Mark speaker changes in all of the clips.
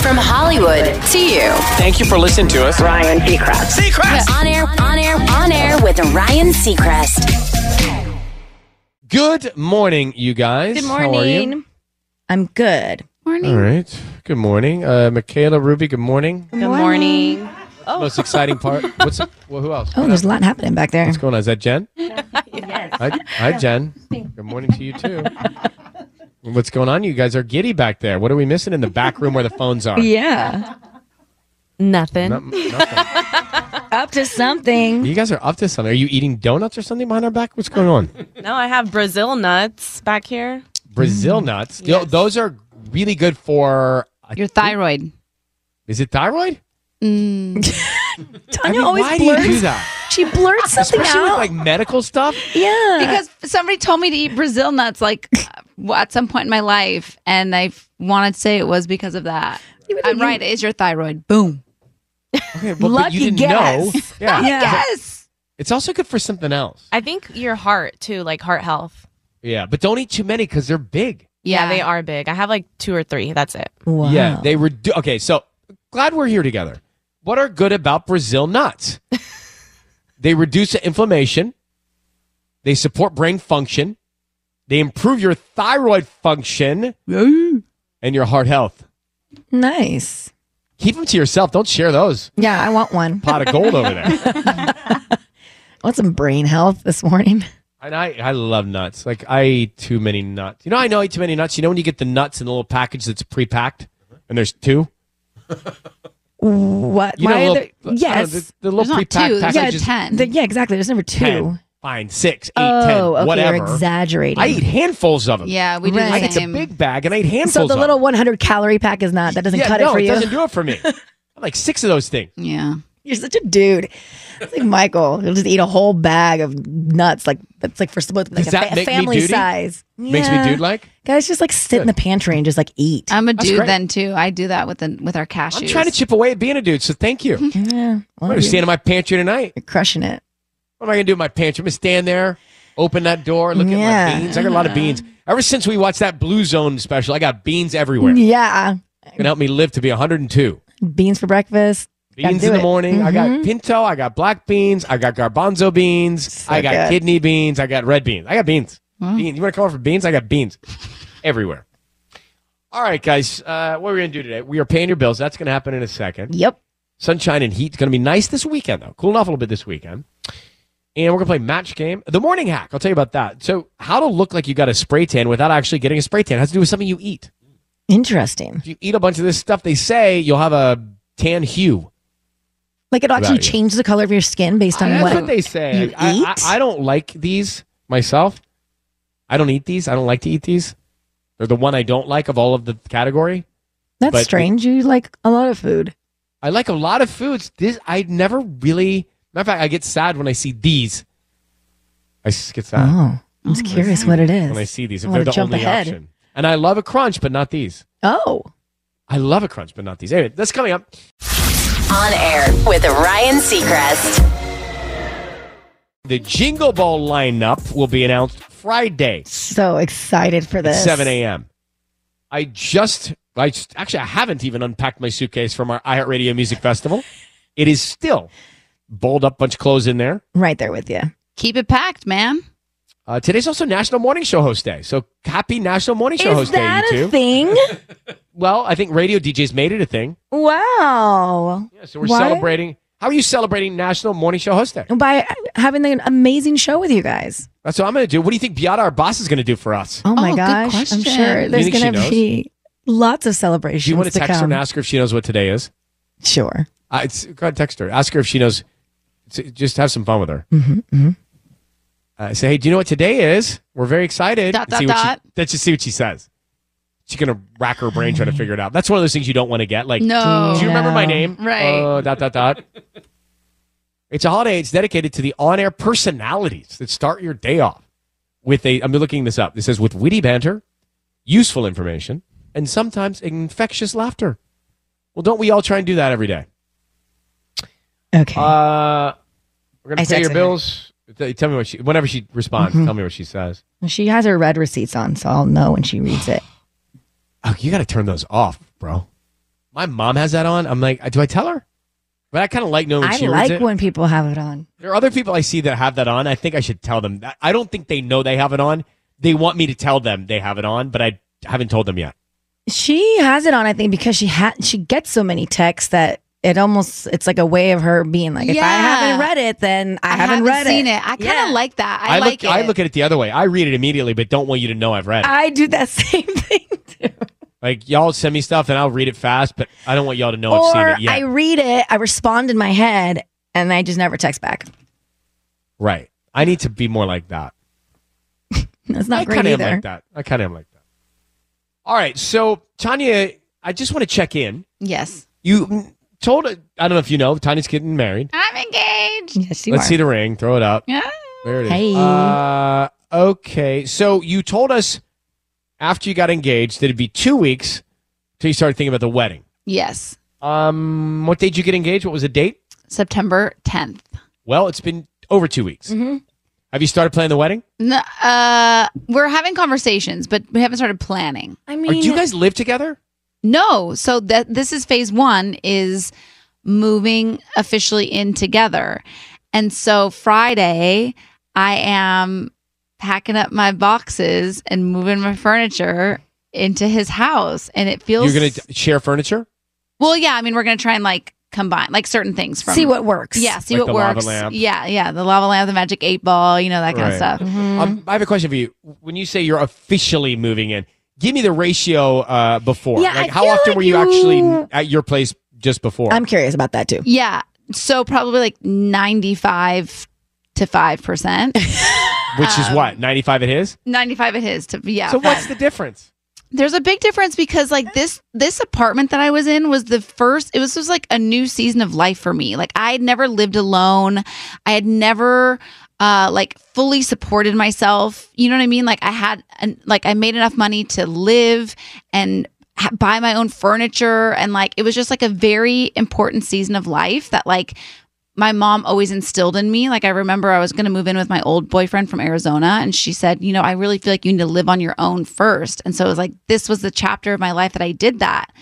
Speaker 1: From Hollywood to you.
Speaker 2: Thank you for listening to us.
Speaker 3: Ryan Seacrest.
Speaker 1: Seacrest! On air, on air, on air with Ryan Seacrest.
Speaker 2: Good morning, you guys.
Speaker 4: Good
Speaker 2: How are you?
Speaker 4: morning.
Speaker 5: I'm good.
Speaker 4: Morning.
Speaker 2: All right. Good morning, uh, Michaela Ruby. Good morning.
Speaker 4: Good morning.
Speaker 2: Most exciting part. What's well, who else?
Speaker 5: Oh, there's a lot happening back there.
Speaker 2: What's going on? Is that Jen? Hi, hi, Jen. Good morning to you too. What's going on? You guys are giddy back there. What are we missing in the back room where the phones are?
Speaker 5: Yeah.
Speaker 4: Nothing.
Speaker 2: Not- nothing.
Speaker 5: Up to something.
Speaker 2: you guys are up to something. Are you eating donuts or something behind our back? What's going on?
Speaker 4: No, I have Brazil nuts back here.
Speaker 5: Mm.
Speaker 2: Brazil nuts. Yo, Those are really good for. I
Speaker 6: Your
Speaker 2: think-
Speaker 6: thyroid.
Speaker 2: Is it thyroid?
Speaker 5: Tanya
Speaker 2: I mean,
Speaker 5: always
Speaker 2: why
Speaker 5: blurts.
Speaker 2: do you do that?
Speaker 5: She blurts something
Speaker 2: Especially with
Speaker 5: out.
Speaker 2: like medical stuff.
Speaker 5: yeah.
Speaker 6: Because somebody told me to eat Brazil nuts like uh, at some point in my life, and I f- wanted to say it was because of that. I'm right. It is your thyroid. Boom.
Speaker 2: Okay, well, but you
Speaker 5: Lucky
Speaker 2: didn't know.
Speaker 5: guess.
Speaker 2: Yeah.
Speaker 6: Yes.
Speaker 2: It's also good for something else.
Speaker 4: I think your heart too, like heart health.
Speaker 2: Yeah, but don't eat too many because they're big.
Speaker 4: Yeah, they are big. I have like two or three. That's it.
Speaker 5: wow.
Speaker 2: Yeah, they were. Do- okay, so glad we're here together. What are good about Brazil nuts? they reduce inflammation. They support brain function. They improve your thyroid function and your heart health.
Speaker 5: nice.
Speaker 2: Keep them to yourself. Don't share those.
Speaker 5: Yeah, I want one.
Speaker 2: Pot of gold over there.
Speaker 5: I want some brain health this morning.
Speaker 2: And I, I love nuts. Like I eat too many nuts. You know, I know I eat too many nuts. You know when you get the nuts in the little package that's pre-packed, and there's two.
Speaker 5: What?
Speaker 2: You
Speaker 5: Why
Speaker 2: know,
Speaker 5: are
Speaker 2: little,
Speaker 5: there?
Speaker 2: I don't know,
Speaker 5: Yes.
Speaker 2: the, the
Speaker 6: There's
Speaker 2: little
Speaker 6: not
Speaker 2: pre-packed
Speaker 6: two. There's
Speaker 5: yeah,
Speaker 6: like
Speaker 2: packages.
Speaker 6: ten.
Speaker 5: the- yeah, exactly. There's number two.
Speaker 2: 10, fine, six, eight,
Speaker 5: oh,
Speaker 2: 10,
Speaker 5: okay.
Speaker 2: whatever.
Speaker 5: You're exaggerating.
Speaker 2: I eat handfuls of them.
Speaker 6: Yeah, we do
Speaker 5: Right.
Speaker 2: Like
Speaker 6: the
Speaker 2: it's a
Speaker 6: same.
Speaker 2: big bag, and I eat handfuls.
Speaker 5: so the
Speaker 2: of
Speaker 5: little
Speaker 2: them.
Speaker 5: 100 calorie pack is not. That doesn't
Speaker 2: yeah,
Speaker 5: cut
Speaker 2: no,
Speaker 5: it for you.
Speaker 2: doesn't do it for me. I like six of those things.
Speaker 6: yeah.
Speaker 5: You're such a dude. It's like Michael. He'll just eat a whole bag of nuts. Like that's like for some- like
Speaker 2: Does
Speaker 5: a
Speaker 2: that
Speaker 5: fa-
Speaker 2: make me
Speaker 5: family
Speaker 2: duty?
Speaker 5: size.
Speaker 2: Makes me
Speaker 5: Yeah.
Speaker 2: dude like.
Speaker 5: Guys, just like sit in the pantry and just like eat.
Speaker 6: I'm a
Speaker 2: That's
Speaker 6: dude
Speaker 2: great.
Speaker 6: then too. I do that with the, with our cashews.
Speaker 2: I'm trying to chip away at being a dude, so thank you. I'm
Speaker 5: Mm-hmm. yeah, well,
Speaker 2: gonna
Speaker 5: you're,
Speaker 2: stand in my pantry tonight.
Speaker 5: you're crushing it.
Speaker 2: What am I gonna do in my pantry? I'm gonna stand there, open that door, look at
Speaker 5: Yeah.
Speaker 2: my beans. I got a lot of beans. Ever since we watched that Blue Zone special, I got beans everywhere.
Speaker 5: Yeah,
Speaker 2: Can help me live to be 102.
Speaker 5: beans for breakfast. Gotta
Speaker 2: beans
Speaker 5: do
Speaker 2: in the
Speaker 5: it. Mm-hmm.
Speaker 2: morning. I got pinto. I got black beans. I got garbanzo beans.
Speaker 5: So
Speaker 2: I got
Speaker 5: good.
Speaker 2: kidney beans. I got red beans. I got beans. Beans. You want to come over for beans? I got beans everywhere. All right, guys. Uh, what are we going to do today? We are paying your bills. That's going to happen in a second.
Speaker 5: Mm-hmm. Yep.
Speaker 2: Sunshine and heat. It's going to be nice this weekend, though. Cooling off a little bit this weekend. And we're going to play match game. The morning hack. I'll tell you about that. So, how to look like you got a spray tan without actually getting a spray tan has to do with something you eat.
Speaker 5: Interesting.
Speaker 2: If you eat a bunch of this stuff, they say you'll have a tan hue.
Speaker 5: Like it actually
Speaker 2: About you.
Speaker 5: changes the color of your skin based on
Speaker 2: That's
Speaker 5: what,
Speaker 2: what they say.
Speaker 5: you
Speaker 2: I, I-
Speaker 5: eat.
Speaker 2: I don't like these myself. I don't eat these. I don't like to eat these. They're the one I don't like of all of the category.
Speaker 5: That's
Speaker 2: but-
Speaker 5: strange. You like a lot of food.
Speaker 2: I like a lot of foods. This I never really. Matter of fact, I get sad when I see these. I s- get sad
Speaker 5: Oh, I'm just curious what it is.
Speaker 2: when I see these.
Speaker 5: I
Speaker 2: If
Speaker 5: wanna
Speaker 2: they're the
Speaker 5: jump
Speaker 2: only
Speaker 5: ahead.
Speaker 2: option, and I love a crunch, but not these.
Speaker 5: Oh,
Speaker 2: I love a crunch, but not these. Anyway, that's coming up.
Speaker 1: On air with Ryan Seacrest.
Speaker 2: The Jingle Ball lineup will be announced Friday.
Speaker 5: so excited for
Speaker 2: at
Speaker 5: this.
Speaker 2: 7 a.m. I just, I just, actually, I haven't even unpacked my suitcase from our iHeartRadio Music Festival. It is still balled up, bunch of clothes in there.
Speaker 5: Right there with you.
Speaker 6: Keep it packed, ma'am.
Speaker 2: Uh, today's also National Morning Show Host Day. So happy National Morning Show
Speaker 5: is
Speaker 2: Host
Speaker 5: that
Speaker 2: Day, you
Speaker 5: a
Speaker 2: two.
Speaker 5: thing?
Speaker 2: well, I think radio DJs made it a thing.
Speaker 5: wow.
Speaker 2: Yeah, so we're
Speaker 5: Why?
Speaker 2: celebrating. How are you celebrating National Morning Show Host Day?
Speaker 5: By having an amazing show with you guys.
Speaker 2: That's what I'm going to do. What do you think Beata, our boss, is going to do for us?
Speaker 5: Oh my
Speaker 6: Oh, good
Speaker 5: gosh. I'm
Speaker 6: question.
Speaker 5: sure
Speaker 6: You
Speaker 5: there's
Speaker 2: think she
Speaker 5: going to
Speaker 2: knows?
Speaker 5: be lots of
Speaker 2: Do
Speaker 5: celebrations.
Speaker 2: you want to
Speaker 5: to
Speaker 2: text her
Speaker 5: come.
Speaker 2: and ask her if she knows what today is?
Speaker 5: Sure.
Speaker 2: Uh, it's, go ahead, text her. Ask her if she knows. S- Just have some fun with her. Mm-hmm, Uh, say, hey, do you know what today is? We're very excited.
Speaker 6: Dot,
Speaker 2: And
Speaker 6: dot,
Speaker 2: see what she-
Speaker 6: dot.
Speaker 2: let's just see what she says. She's gonna rack her brain trying to figure it out. That's one of those things you don't want to get. Like,
Speaker 6: No.
Speaker 2: do you remember my name?
Speaker 6: Right.
Speaker 2: Oh, dot dot dot. it's a holiday. It's dedicated to the on-air personalities that start your day off with a. I'm looking this up. It says with witty banter, useful information, and sometimes infectious laughter. Well, don't we all try and do that every day?
Speaker 5: Okay.
Speaker 2: Uh, we're
Speaker 5: I Mm-hmm.
Speaker 2: gonna pay
Speaker 5: texted
Speaker 2: your
Speaker 5: her.
Speaker 2: bills. T- Tell me what she. Whenever she responds, tell me what she says.
Speaker 5: she has her red receipts on, so I'll know when she reads it.
Speaker 2: Oh, you got to turn those off, bro. My mom has that on. I'm like, do I tell her? But I kind of like knowing when
Speaker 5: I
Speaker 2: she reads
Speaker 5: like
Speaker 2: it.
Speaker 5: when people have it on.
Speaker 2: There are other people I see that have that on. I think I should tell them. I- I don't think they know they have it on. They want me to tell them they have it on, but I haven't told them yet.
Speaker 5: She has it on, I think, because she ha- she gets so many texts that it almost it's like a way of her being like, if I
Speaker 6: Yeah.
Speaker 5: haven't read it, then I, haven't, read
Speaker 6: seen it.
Speaker 5: it.
Speaker 6: I kind of
Speaker 5: Yeah.
Speaker 6: like that. I,
Speaker 2: look.
Speaker 6: like it.
Speaker 2: I look at it the other way. I read it immediately, but don't want you to know I've read it.
Speaker 5: I do that same thing too.
Speaker 2: like y'all send me stuff and I'll read it fast, but I don't want y'all to know Oh, I've seen
Speaker 5: or
Speaker 2: it yet.
Speaker 5: I read it, I respond in my head, and I just never text back.
Speaker 2: right. I need to be more like that.
Speaker 5: That's not
Speaker 2: I
Speaker 5: great
Speaker 2: kind of am
Speaker 5: either.
Speaker 2: like that. I kind of am like that. All right, so Tanya, I just want to check in.
Speaker 6: yes.
Speaker 2: You mm, told I don't know if you know Tanya's getting married.
Speaker 6: I'm engaged.
Speaker 5: Yes, you
Speaker 2: Let's
Speaker 5: are.
Speaker 2: see the ring. Throw it up.
Speaker 6: Yeah.
Speaker 2: There it is.
Speaker 5: Hey.
Speaker 2: Uh, okay, so you told us after you got engaged that it'd be two weeks till you started thinking about the wedding.
Speaker 6: Yes.
Speaker 2: Um, what date did you get engaged? What was the date?
Speaker 6: September 10th.
Speaker 2: Well, it's been over two weeks.
Speaker 5: Mhm.
Speaker 2: Have you started planning the wedding?
Speaker 6: No, uh, we're having conversations, but we haven't started planning.
Speaker 5: I
Speaker 2: Or do
Speaker 5: mean,
Speaker 2: you guys live together?
Speaker 6: No, so that this is phase one is moving officially in together, and so Friday I am packing up my boxes and moving my furniture into his house, and it feels
Speaker 2: You're gonna d- share furniture.
Speaker 6: well. Yeah, I mean we're gonna try and like combine like certain things from
Speaker 5: see what works.
Speaker 6: yeah see
Speaker 2: Like
Speaker 6: what
Speaker 2: the lava
Speaker 6: works
Speaker 2: lamp.
Speaker 6: yeah yeah the lava lamp the magic eight ball you know that kind
Speaker 2: Right.
Speaker 6: of stuff
Speaker 5: Mm-hmm.
Speaker 2: Um, I have a question for you. When you say you're officially moving in, give me the ratio uh, before.
Speaker 5: Yeah,
Speaker 2: like
Speaker 5: I
Speaker 2: how
Speaker 5: feel
Speaker 2: often
Speaker 5: like
Speaker 2: were you,
Speaker 5: you-
Speaker 2: actually at your place just before?
Speaker 5: I'm curious about that too.
Speaker 6: yeah so probably like ninety five to five percent.
Speaker 2: Which
Speaker 5: um,
Speaker 2: is what 95 at his.
Speaker 6: 95 it is to yeah
Speaker 2: so
Speaker 5: Uh,
Speaker 2: what's the difference?
Speaker 6: there's a big difference because like this this apartment that i was in was the first it was just like a new season of life for me like i had never lived alone i had never uh like fully supported myself you know what i mean like i had an, like i made enough money to live and ha- buy my own furniture and like it was just like a very important season of life that like my mom always instilled in me. Like I remember I was going to move in with my old boyfriend from Arizona and she said, "You know, I really feel like you need to live on your own first. And so it was like this was the chapter of my life that I did that.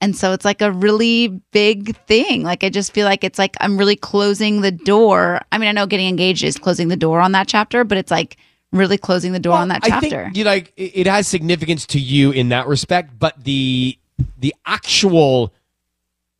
Speaker 6: And so it's like a really big thing. Like I just feel like it's like I'm really closing the door. I mean, I know getting engaged is closing the door on that chapter, but it's like really closing the door on that
Speaker 2: I
Speaker 6: chapter.
Speaker 2: think you like it it has significance to you in that respect, but the the actual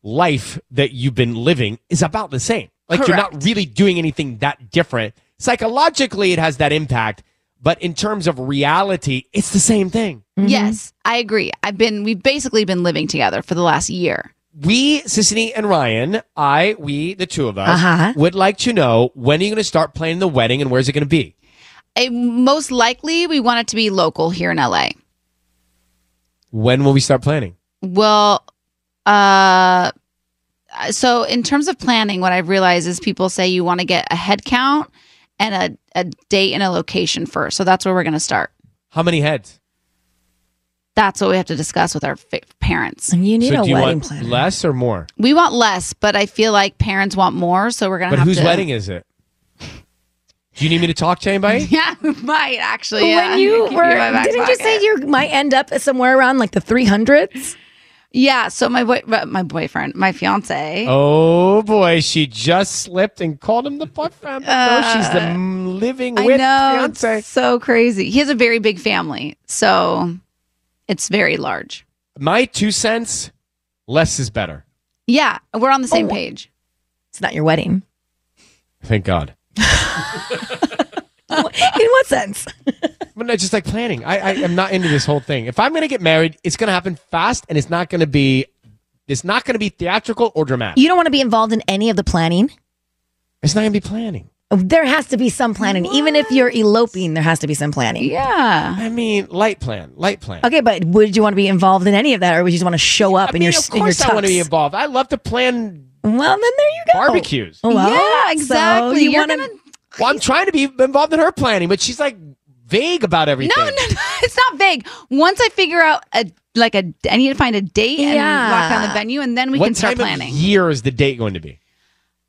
Speaker 2: life that you've been living is about the same. Like you're not really doing anything that different. psychologically it has that impact, but in terms of reality, it's the same thing.
Speaker 6: Yes, I agree. I've been we've basically been living together for the last year.
Speaker 2: We, Sissany and Ryan, I, we, the two of us,
Speaker 5: Uh-huh.
Speaker 2: would like to know when are you going to start planning the wedding and where's it going to be?
Speaker 6: Eh, most likely we want it to be local here in LA.
Speaker 2: When will we start planning?
Speaker 6: Well, uh so in terms of planning, what I've realized is people say you want to get a head count and a, a date and a location first. So that's where we're going to start.
Speaker 2: How many heads?
Speaker 6: That's what we have to discuss with our fa- parents.
Speaker 5: And you need
Speaker 2: so
Speaker 5: a
Speaker 2: do you
Speaker 5: wedding
Speaker 2: want
Speaker 5: planner.
Speaker 2: less or more?
Speaker 6: We want less, but I feel like parents want more, so we're going to
Speaker 2: But
Speaker 6: have
Speaker 2: whose
Speaker 6: to
Speaker 2: wedding is it? Do you need me to talk to anybody?
Speaker 6: Yeah, we might actually. yeah.
Speaker 5: when you
Speaker 6: Keep it in my
Speaker 5: were,
Speaker 6: back
Speaker 5: didn't you say
Speaker 6: pocket.
Speaker 5: you might end up somewhere around like the 300s?
Speaker 6: Yeah, so my boy, my boyfriend, my fiance.
Speaker 2: Oh boy, she just slipped and called him the boyfriend. no, she's
Speaker 5: Uh,
Speaker 2: the mm, living
Speaker 6: I
Speaker 2: with
Speaker 6: know, it's
Speaker 2: fiance.
Speaker 6: so crazy. He has a very big family, so it's very large.
Speaker 2: My two cents: less is better.
Speaker 6: Yeah, we're on the same page.
Speaker 5: It's not your wedding.
Speaker 2: Thank God.
Speaker 5: In what sense?
Speaker 2: But I just like planning. I, I am not into this whole thing. If I'm gonna get married, it's gonna happen fast, and it's not gonna be, it's not gonna be theatrical or dramatic.
Speaker 5: You don't want to be involved in any of the planning.
Speaker 2: It's not gonna be planning.
Speaker 5: There has to be some planning. Even if you're eloping, there has to be some planning.
Speaker 6: Yeah,
Speaker 2: I mean, light plan, light plan.
Speaker 5: Okay, but would you want to be involved in any of that, or would you just want to show up
Speaker 2: I
Speaker 5: in
Speaker 2: mean,
Speaker 5: your
Speaker 2: of
Speaker 5: in your
Speaker 2: course I want to be
Speaker 5: tux?
Speaker 2: involved. I love to plan
Speaker 5: Well, then there you go.
Speaker 2: barbecues.
Speaker 5: Well,
Speaker 6: yeah,
Speaker 5: so
Speaker 6: exactly.
Speaker 5: you
Speaker 6: You're
Speaker 5: want
Speaker 6: gonna-
Speaker 5: to?
Speaker 2: Well, I'm trying to be involved in her planning, but she's like vague about everything.
Speaker 6: no, no, no, it's not vague. Once I figure out a like a, I need to find a date and
Speaker 5: Yeah.
Speaker 6: lock down the venue, and then we
Speaker 2: what
Speaker 6: can start
Speaker 2: time
Speaker 6: planning.
Speaker 2: of year is the date going to be?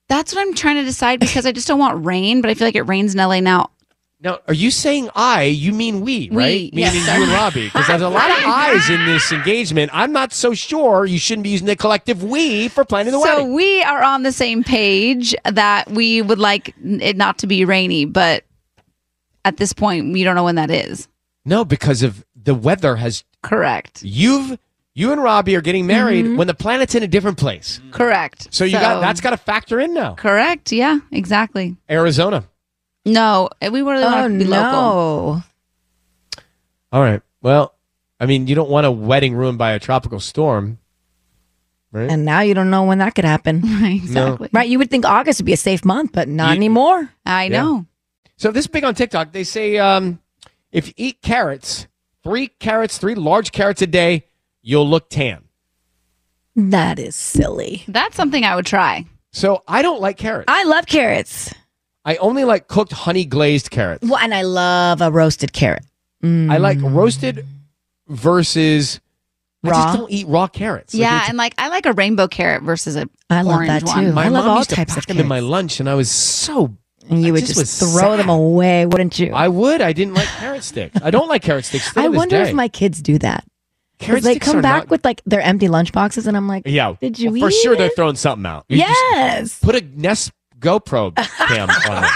Speaker 6: That's what I'm trying to decide because I just don't want rain, but I feel like it rains in LA now.
Speaker 2: Now, are you saying I? You mean we,
Speaker 6: We,
Speaker 2: right?
Speaker 6: yes,
Speaker 2: Meaning
Speaker 6: sir.
Speaker 2: you and Robbie, because there's a lot of I's in this engagement. I'm not so sure you shouldn't be using the collective we for planning the
Speaker 6: So
Speaker 2: wedding.
Speaker 6: we are on the same page that we would like it not to be rainy, but at this point, we don't know when that is.
Speaker 2: No, because of the weather has
Speaker 6: Correct.
Speaker 2: you've you and Robbie are getting married
Speaker 6: Mm-hmm.
Speaker 2: when the planet's in a different place.
Speaker 6: Correct.
Speaker 2: So you got that's got to factor in now.
Speaker 6: correct. Yeah, exactly.
Speaker 2: Arizona.
Speaker 6: No, eh, we really want
Speaker 5: Oh
Speaker 6: it to be local.
Speaker 5: no!
Speaker 2: All right. Well, I mean, you don't want a wedding ruined by a tropical storm, right?
Speaker 5: And now you don't know when that could happen,
Speaker 6: exactly.
Speaker 5: right? You would think August would be a safe month, but not
Speaker 2: You-
Speaker 5: anymore.
Speaker 6: I
Speaker 2: Yeah.
Speaker 6: know.
Speaker 2: So this is big on TikTok. They say um, if you eat carrots, three carrots, three large carrots a day, you'll look tan.
Speaker 5: That is silly.
Speaker 6: That's something I would try.
Speaker 2: So I don't like carrots.
Speaker 5: I love carrots.
Speaker 2: I only like cooked honey glazed carrots.
Speaker 5: Well, and I love a roasted carrot.
Speaker 2: I like roasted versus I
Speaker 5: Raw?
Speaker 2: just don't eat raw carrots. Like,
Speaker 6: yeah,
Speaker 2: it's-
Speaker 6: and like I like a rainbow carrot versus a
Speaker 5: I love
Speaker 6: orange
Speaker 5: that too.
Speaker 6: one.
Speaker 5: I
Speaker 2: my
Speaker 5: love
Speaker 2: mom
Speaker 5: all
Speaker 2: used to
Speaker 5: types of
Speaker 2: pack them in my
Speaker 5: carrots.
Speaker 2: lunch, and I was so
Speaker 5: And you
Speaker 2: I
Speaker 5: would
Speaker 2: just
Speaker 5: just,
Speaker 2: was
Speaker 5: throw
Speaker 2: sad.
Speaker 5: them away, wouldn't you?
Speaker 2: I would. I didn't like carrot sticks. I don't like carrot sticks. Still
Speaker 5: I
Speaker 2: to this
Speaker 5: wonder
Speaker 2: day.
Speaker 5: if my kids do that. 'Cause
Speaker 2: carrot
Speaker 5: they
Speaker 2: sticks
Speaker 5: come
Speaker 2: are
Speaker 5: back
Speaker 2: not-
Speaker 5: with like their empty lunch boxes, and I'm like,
Speaker 2: yeah.
Speaker 5: Did you
Speaker 2: well, for
Speaker 5: eat
Speaker 2: sure they're
Speaker 5: it?
Speaker 2: throwing something out. You just
Speaker 5: yes.
Speaker 2: put a Nest GoPro cam on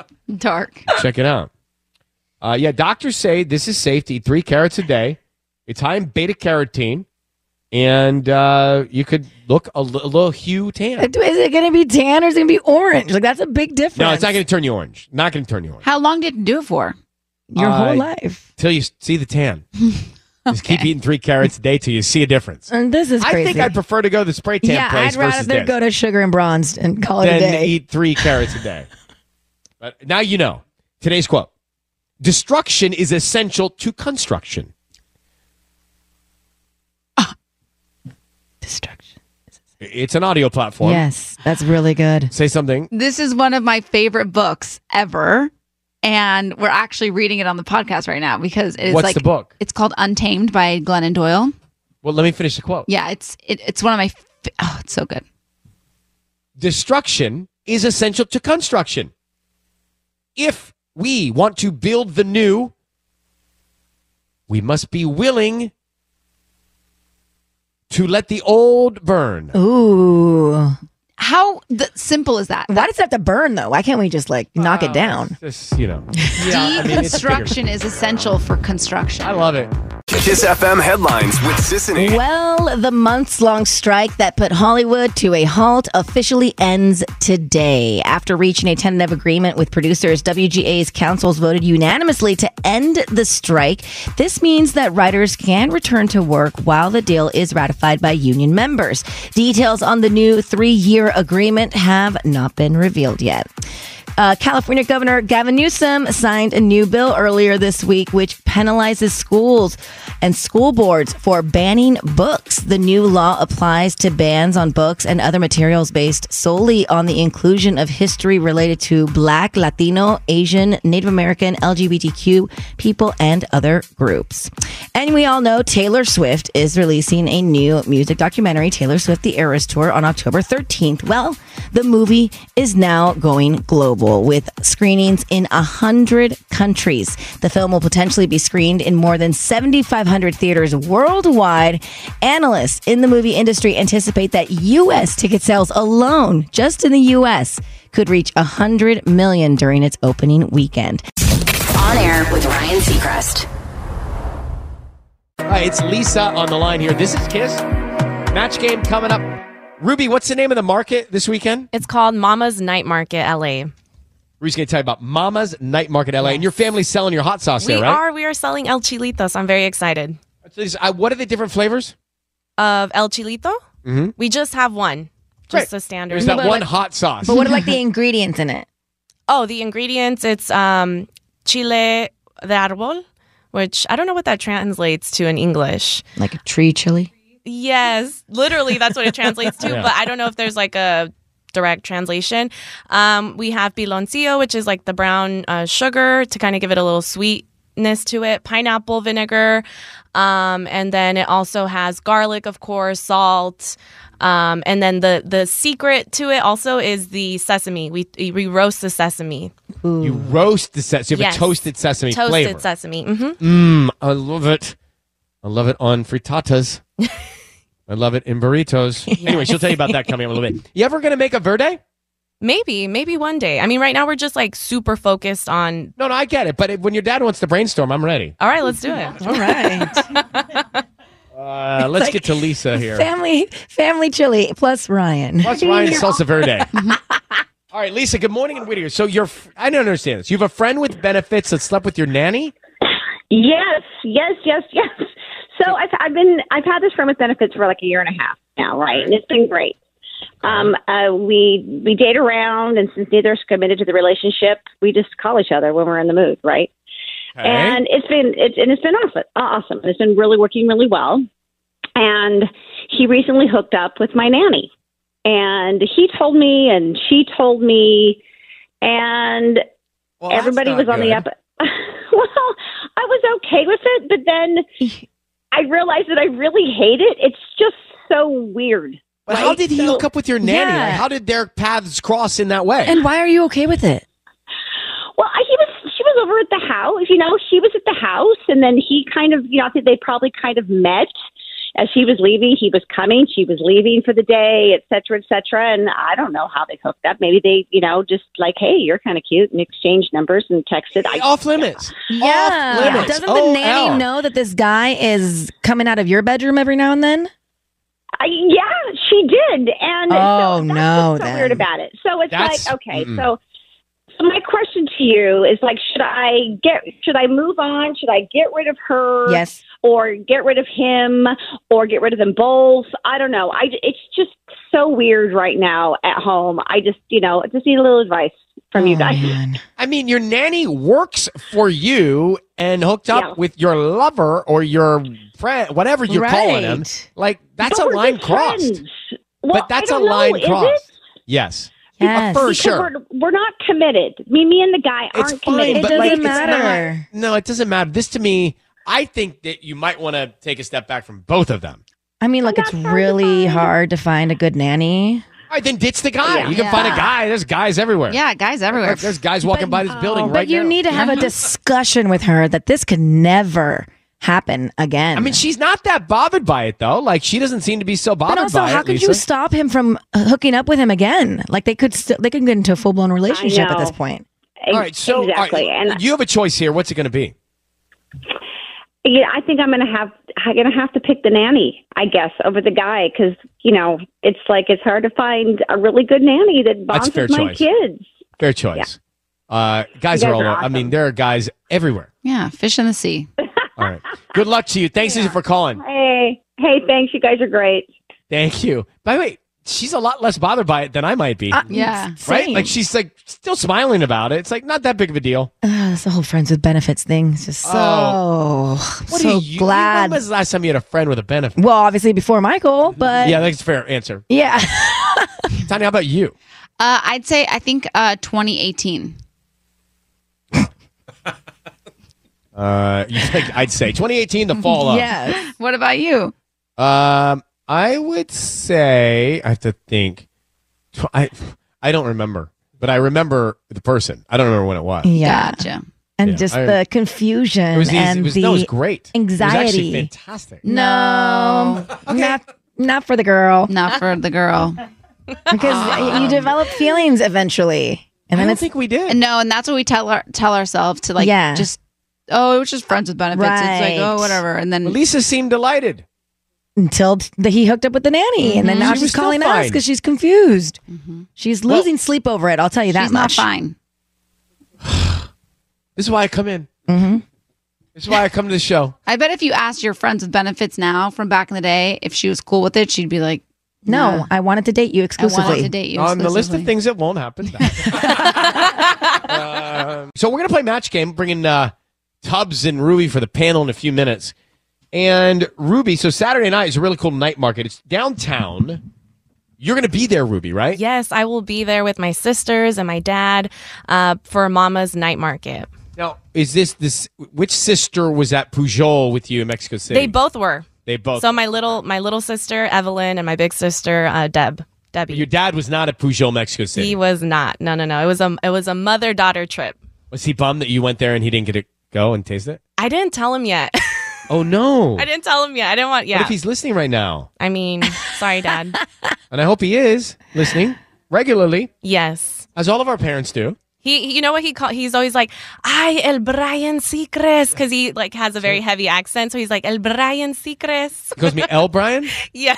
Speaker 2: it.
Speaker 6: Dark.
Speaker 2: Check it out. Uh, yeah, doctors say this is safe to eat three carrots a day. It's high in beta carotene, and uh, you could look a, li- a little hue tan.
Speaker 5: Is it going to be tan or is it going to be orange? Like that's a big difference.
Speaker 2: No, it's not going to turn you orange. Not going to turn you orange
Speaker 6: How long did you do it for?
Speaker 5: your
Speaker 2: I-
Speaker 5: whole life.
Speaker 2: till you s- see the tan. Just keep eating three carrots a day till you see a difference.
Speaker 5: And this is
Speaker 2: I
Speaker 5: crazy.
Speaker 2: think I'd prefer to go to the spray tan
Speaker 5: yeah,
Speaker 2: place
Speaker 5: I'd rather
Speaker 2: versus
Speaker 5: they
Speaker 2: this
Speaker 5: go to sugar and bronzed and call it a
Speaker 2: than
Speaker 5: day.
Speaker 2: eat three carrots a day. But now you know today's quote: "Destruction is essential to construction."
Speaker 5: Destruction.
Speaker 2: It's an audio platform.
Speaker 5: Yes, that's really good.
Speaker 2: Say something.
Speaker 6: This is one of my favorite books ever. And we're actually reading it on the podcast right now because it's
Speaker 2: What's
Speaker 6: like
Speaker 2: the book?
Speaker 6: It's called Untamed by Glennon Doyle.
Speaker 2: Well, let me finish the quote.
Speaker 6: Yeah, it's it, it's one of my fa- oh, it's so good.
Speaker 2: Destruction is essential to construction. If we want to build the new, we must be willing to let the old burn.
Speaker 4: Oh.
Speaker 5: Ooh, why
Speaker 6: How th- simple is that?
Speaker 5: does it have to burn though? Why can't we just like knock
Speaker 2: Uh,
Speaker 5: it down?
Speaker 2: Just, you know.
Speaker 6: Deconstruction is essential for construction.
Speaker 2: I love it.
Speaker 3: Kiss FM headlines with Sissany.
Speaker 5: Well, the months long strike that put Hollywood to a halt officially ends today. After reaching a tentative agreement with producers, WGA's councils voted unanimously to end the strike. This means that writers can return to work while the deal is ratified by union members. Details on the new three year agreement have not been revealed yet. Uh, California Governor Gavin Newsom signed a new bill earlier this week, which penalizes schools and school boards for banning books. The new law applies to bans on books and other materials based solely on the inclusion of history related to Black, Latino, Asian, Native American, LGBTQ people, and other groups. And we all know Taylor Swift is releasing a new music documentary, Taylor Swift The Eras Tour, on October 13th. Well, the movie is now going global with screenings in 100 countries. The film will potentially be screened in more than 7,500 theaters worldwide. Analysts in the movie industry anticipate that U.S. ticket sales alone, just in the U.S., could reach 100 million during its opening weekend.
Speaker 1: On air with Ryan Seacrest.
Speaker 2: Hi, it's Lisa on the line here. This is Kiss. Match game coming up. Ruby, what's the name of the market this weekend?
Speaker 4: It's called Mama's Night Market LA.
Speaker 2: Ruby's going to tell you about Mama's Night Market LA. And your family's selling your hot sauce
Speaker 4: we
Speaker 2: there, right?
Speaker 4: are we are selling El Chilitos. I'm very excited.
Speaker 2: So these- uh, what are the different flavors?
Speaker 4: Of El Chilito?
Speaker 2: Mhm.
Speaker 4: We just have one. Just a standard.
Speaker 2: There's that one hot sauce.
Speaker 5: But what are like the ingredients in it?
Speaker 4: Oh, the ingredients. It's um, chile de árbol, which I don't know what that translates to in English.
Speaker 5: Like a tree chili?
Speaker 4: Yes, literally, that's what it translates to.
Speaker 5: Yeah.
Speaker 4: But I don't know if there's like a direct translation. Um, we have piloncillo, which is like the brown uh, sugar to kind of give it a little sweetness to it. Pineapple vinegar, um, and then it also has garlic, of course, salt. Um, and then the the secret to it also is the sesame. We we roast the sesame.
Speaker 2: You roast the sesame. So you have
Speaker 4: Yes.
Speaker 2: a toasted sesame
Speaker 4: Toasted
Speaker 2: flavor.
Speaker 4: sesame. hmm
Speaker 2: Mmm, I love it. I love it on frittatas. I love it in burritos. Anyway, she'll tell you about that coming up in a little bit. You ever going to make a verde?
Speaker 4: Maybe, maybe one day. I mean, right now we're just like super focused on.
Speaker 2: No, no, I get it. But it, when your dad wants to brainstorm, I'm ready.
Speaker 4: All right, let's do it.
Speaker 5: All right.
Speaker 2: Uh, let's get to Lisa here.
Speaker 5: Family family chili plus Ryan.
Speaker 2: Plus Ryan Salsa Verde. All right, Lisa, good morning and Whittier. So you're, f- I don't understand this. You have a friend with benefits that slept with your nanny?
Speaker 7: Yes, yes, yes, yes. So I've, I've been I've had this friend with benefits for like a year and a half now, right? And it's been great. Um, uh, we we date around, and since neither is committed to the relationship, we just call each other when we're in the mood, right?
Speaker 8: Okay.
Speaker 7: And it's been it's and it's been awesome, awesome. It's been really working really well. And he recently hooked up with my nanny, and he told me, and she told me, and
Speaker 8: that's
Speaker 7: everybody
Speaker 8: not
Speaker 7: was on the
Speaker 8: good.
Speaker 7: up. well, I was okay with it, but then I realized that I really hate it. It's just so weird.
Speaker 2: But how did he hook up with your nanny? Like,
Speaker 7: Yeah.
Speaker 2: how did their paths cross in that way?
Speaker 5: And why are you okay with it?
Speaker 7: Well, I- he was she was over at the house. You know, she was at the house, and then he kind of, you know, I think they probably kind of met as she was leaving. He was coming, she was leaving for the day, et cetera, et cetera. And I don't know how they hooked up. Maybe they, you know, just like, hey, you're kind of cute, and exchanged numbers and texted. I,
Speaker 2: off limits.
Speaker 5: Yeah.
Speaker 7: limits.
Speaker 5: Doesn't the
Speaker 2: Oh,
Speaker 7: OL.
Speaker 5: nanny know that this guy is coming out of your bedroom every now and then?
Speaker 7: I, yeah, she did, and
Speaker 5: Oh,
Speaker 7: so that's
Speaker 5: no,
Speaker 7: what's so
Speaker 5: then.
Speaker 7: weird about it. So it's
Speaker 5: That's-
Speaker 7: like okay,
Speaker 5: mm-mm.
Speaker 7: so so my question to you is like, should I get should I move on? Should I get rid of her?
Speaker 5: Yes.
Speaker 7: or get rid of him, or get rid of them both. I don't know. I it's just so weird right now at home. I just you know I just need a little advice from you guys.
Speaker 2: I mean, your nanny works for you and hooked up
Speaker 7: Yeah.
Speaker 2: with your lover or your friend, whatever you're calling him.
Speaker 7: Right.
Speaker 2: Like that's
Speaker 7: But
Speaker 2: a
Speaker 7: we're
Speaker 2: line
Speaker 7: just
Speaker 2: crossed.
Speaker 7: friends. Well,
Speaker 2: but that's
Speaker 7: I
Speaker 2: a
Speaker 7: don't know,
Speaker 2: line
Speaker 7: is it?
Speaker 2: crossed. Yes. Uh, for
Speaker 7: Because
Speaker 2: sure.
Speaker 7: We're, we're not committed. Me, me, and the guy
Speaker 2: It's
Speaker 7: aren't
Speaker 2: fine,
Speaker 7: committed.
Speaker 2: but like, It's not, no, it doesn't matter. This to me, I think that you might want to take a step back from both of them.
Speaker 5: I mean, like it's really hard to find a good nanny.
Speaker 2: All right, then ditch the guy.
Speaker 5: Yeah.
Speaker 2: You can find a
Speaker 5: Yeah.
Speaker 2: guy. There's guys everywhere.
Speaker 5: guys
Speaker 2: Like, There's guys walking by this building
Speaker 5: but
Speaker 2: right
Speaker 5: you
Speaker 2: now.
Speaker 5: need to have a discussion with her that this could never happen again.
Speaker 2: I mean, she's not that bothered by it though. Like she doesn't seem to be so bothered
Speaker 5: But also,
Speaker 2: by it.
Speaker 5: how could
Speaker 2: Lisa.
Speaker 5: you stop him from uh, hooking up with him again? Like they could, st- they could get into a full blown relationship at this
Speaker 7: know.
Speaker 5: point.
Speaker 2: All right, so all right,
Speaker 7: exactly, and
Speaker 2: you have a choice here. What's it going to be?
Speaker 7: yeah, I think I'm gonna have I'm gonna have to pick the nanny, I guess, over the guy because you know it's like it's hard to find a really good nanny that
Speaker 2: That's
Speaker 7: bonds
Speaker 2: fair
Speaker 7: with my
Speaker 2: choice.
Speaker 7: kids.
Speaker 2: Fair choice. Uh, guys,
Speaker 7: guys
Speaker 2: are all.
Speaker 7: are
Speaker 2: I mean, there are guys everywhere.
Speaker 6: Yeah, fish in the sea.
Speaker 2: All right. Good luck to you. Thanks Susan, for calling.
Speaker 7: Hey, hey, thanks. You guys are great.
Speaker 2: Thank you. By the way, she's a lot less bothered by it than I might be.
Speaker 5: Uh, yeah.
Speaker 2: Right?
Speaker 5: Same.
Speaker 2: Like she's like still smiling about it. It's like not that big of a deal.
Speaker 5: Ugh, this whole friends with benefits thing is just so.
Speaker 2: Oh. What
Speaker 5: so
Speaker 2: do you,
Speaker 5: glad.
Speaker 2: When was the last time you had a friend with a benefit?
Speaker 5: well, obviously before Michael, but
Speaker 2: yeah, that's a fair answer.
Speaker 5: yeah.
Speaker 2: Tanya, how about you?
Speaker 6: Uh, I'd say I think uh, 2018.
Speaker 2: Uh, you think I'd say 2018, the fall of.
Speaker 6: what about you?
Speaker 2: Um, I would say I have to think. Tw- I I don't remember, but I remember the person. I don't remember when it was.
Speaker 5: Yeah.
Speaker 6: Gotcha.
Speaker 5: And
Speaker 2: Yeah,
Speaker 5: just
Speaker 2: I-
Speaker 5: the confusion
Speaker 2: It was easy.
Speaker 5: and
Speaker 2: It was-
Speaker 5: the
Speaker 2: no, it was great. It was actually
Speaker 5: anxiety.
Speaker 2: fantastic.
Speaker 5: No, not not for the girl.
Speaker 6: Not for the girl.
Speaker 5: because you develop feelings eventually, and then
Speaker 2: I don't
Speaker 5: it's
Speaker 2: think we did.
Speaker 6: No, and that's what we tell our, tell ourselves to like
Speaker 5: Yeah.
Speaker 6: just oh, it was just friends with benefits. It's like
Speaker 5: Right.
Speaker 6: oh, whatever, and then
Speaker 2: But Lisa seemed delighted.
Speaker 5: until the, he hooked up with the nanny, and then
Speaker 2: Mhm.
Speaker 5: now
Speaker 2: She was
Speaker 5: she's
Speaker 2: still
Speaker 5: calling us
Speaker 2: fine. Mm-hmm.
Speaker 5: because she's confused. She's losing sleep over it. I'll tell you that
Speaker 6: she's not
Speaker 5: much.
Speaker 6: fine.
Speaker 2: This is why I come in.
Speaker 5: Mhm.
Speaker 2: This is why I come to the show.
Speaker 6: I bet if you asked your friends with benefits now from back in the day if she was cool with it, she'd be like,
Speaker 5: No,
Speaker 6: "Nah,
Speaker 5: I wanted to date you
Speaker 6: I wanted to
Speaker 5: exclusively.
Speaker 6: date you."
Speaker 2: On the list of
Speaker 6: exclusively."
Speaker 2: things that won't happen. Um, so we're gonna play match game, bringing uh, Tubbs and Ruby for the panel in a few minutes. And Ruby, so Saturday night is a really cool night market. It's downtown. You're gonna be there, Ruby, right?
Speaker 4: Yes, I will be there with my sisters and my dad uh, for Mama's night market.
Speaker 2: Now, is this this which sister was at Pujol with you in Mexico City?
Speaker 4: They both were.
Speaker 2: They both.
Speaker 4: So my little my little sister Evelyn and my big sister uh, Deb Debbie.
Speaker 2: Your dad was not at Pujol, Mexico City.
Speaker 4: He was not. No, no, no. It was a it was a mother daughter trip.
Speaker 2: was he bummed that you went there and he didn't get to go and taste it?
Speaker 4: I didn't tell him yet.
Speaker 2: Oh no!
Speaker 4: I didn't tell him yet. I didn't want.
Speaker 2: What if
Speaker 4: Yeah.
Speaker 2: he's listening right now?
Speaker 4: I mean, sorry, Dad.
Speaker 2: And I hope he is listening regularly,
Speaker 4: yes.
Speaker 2: as all of our parents do.
Speaker 4: He, you know what he call? He's always like, "Ay, el Brian Secres," because he like has a very heavy accent. So he's like, "El Brian Secres."
Speaker 2: It goes me, L. Brian,
Speaker 4: Yeah,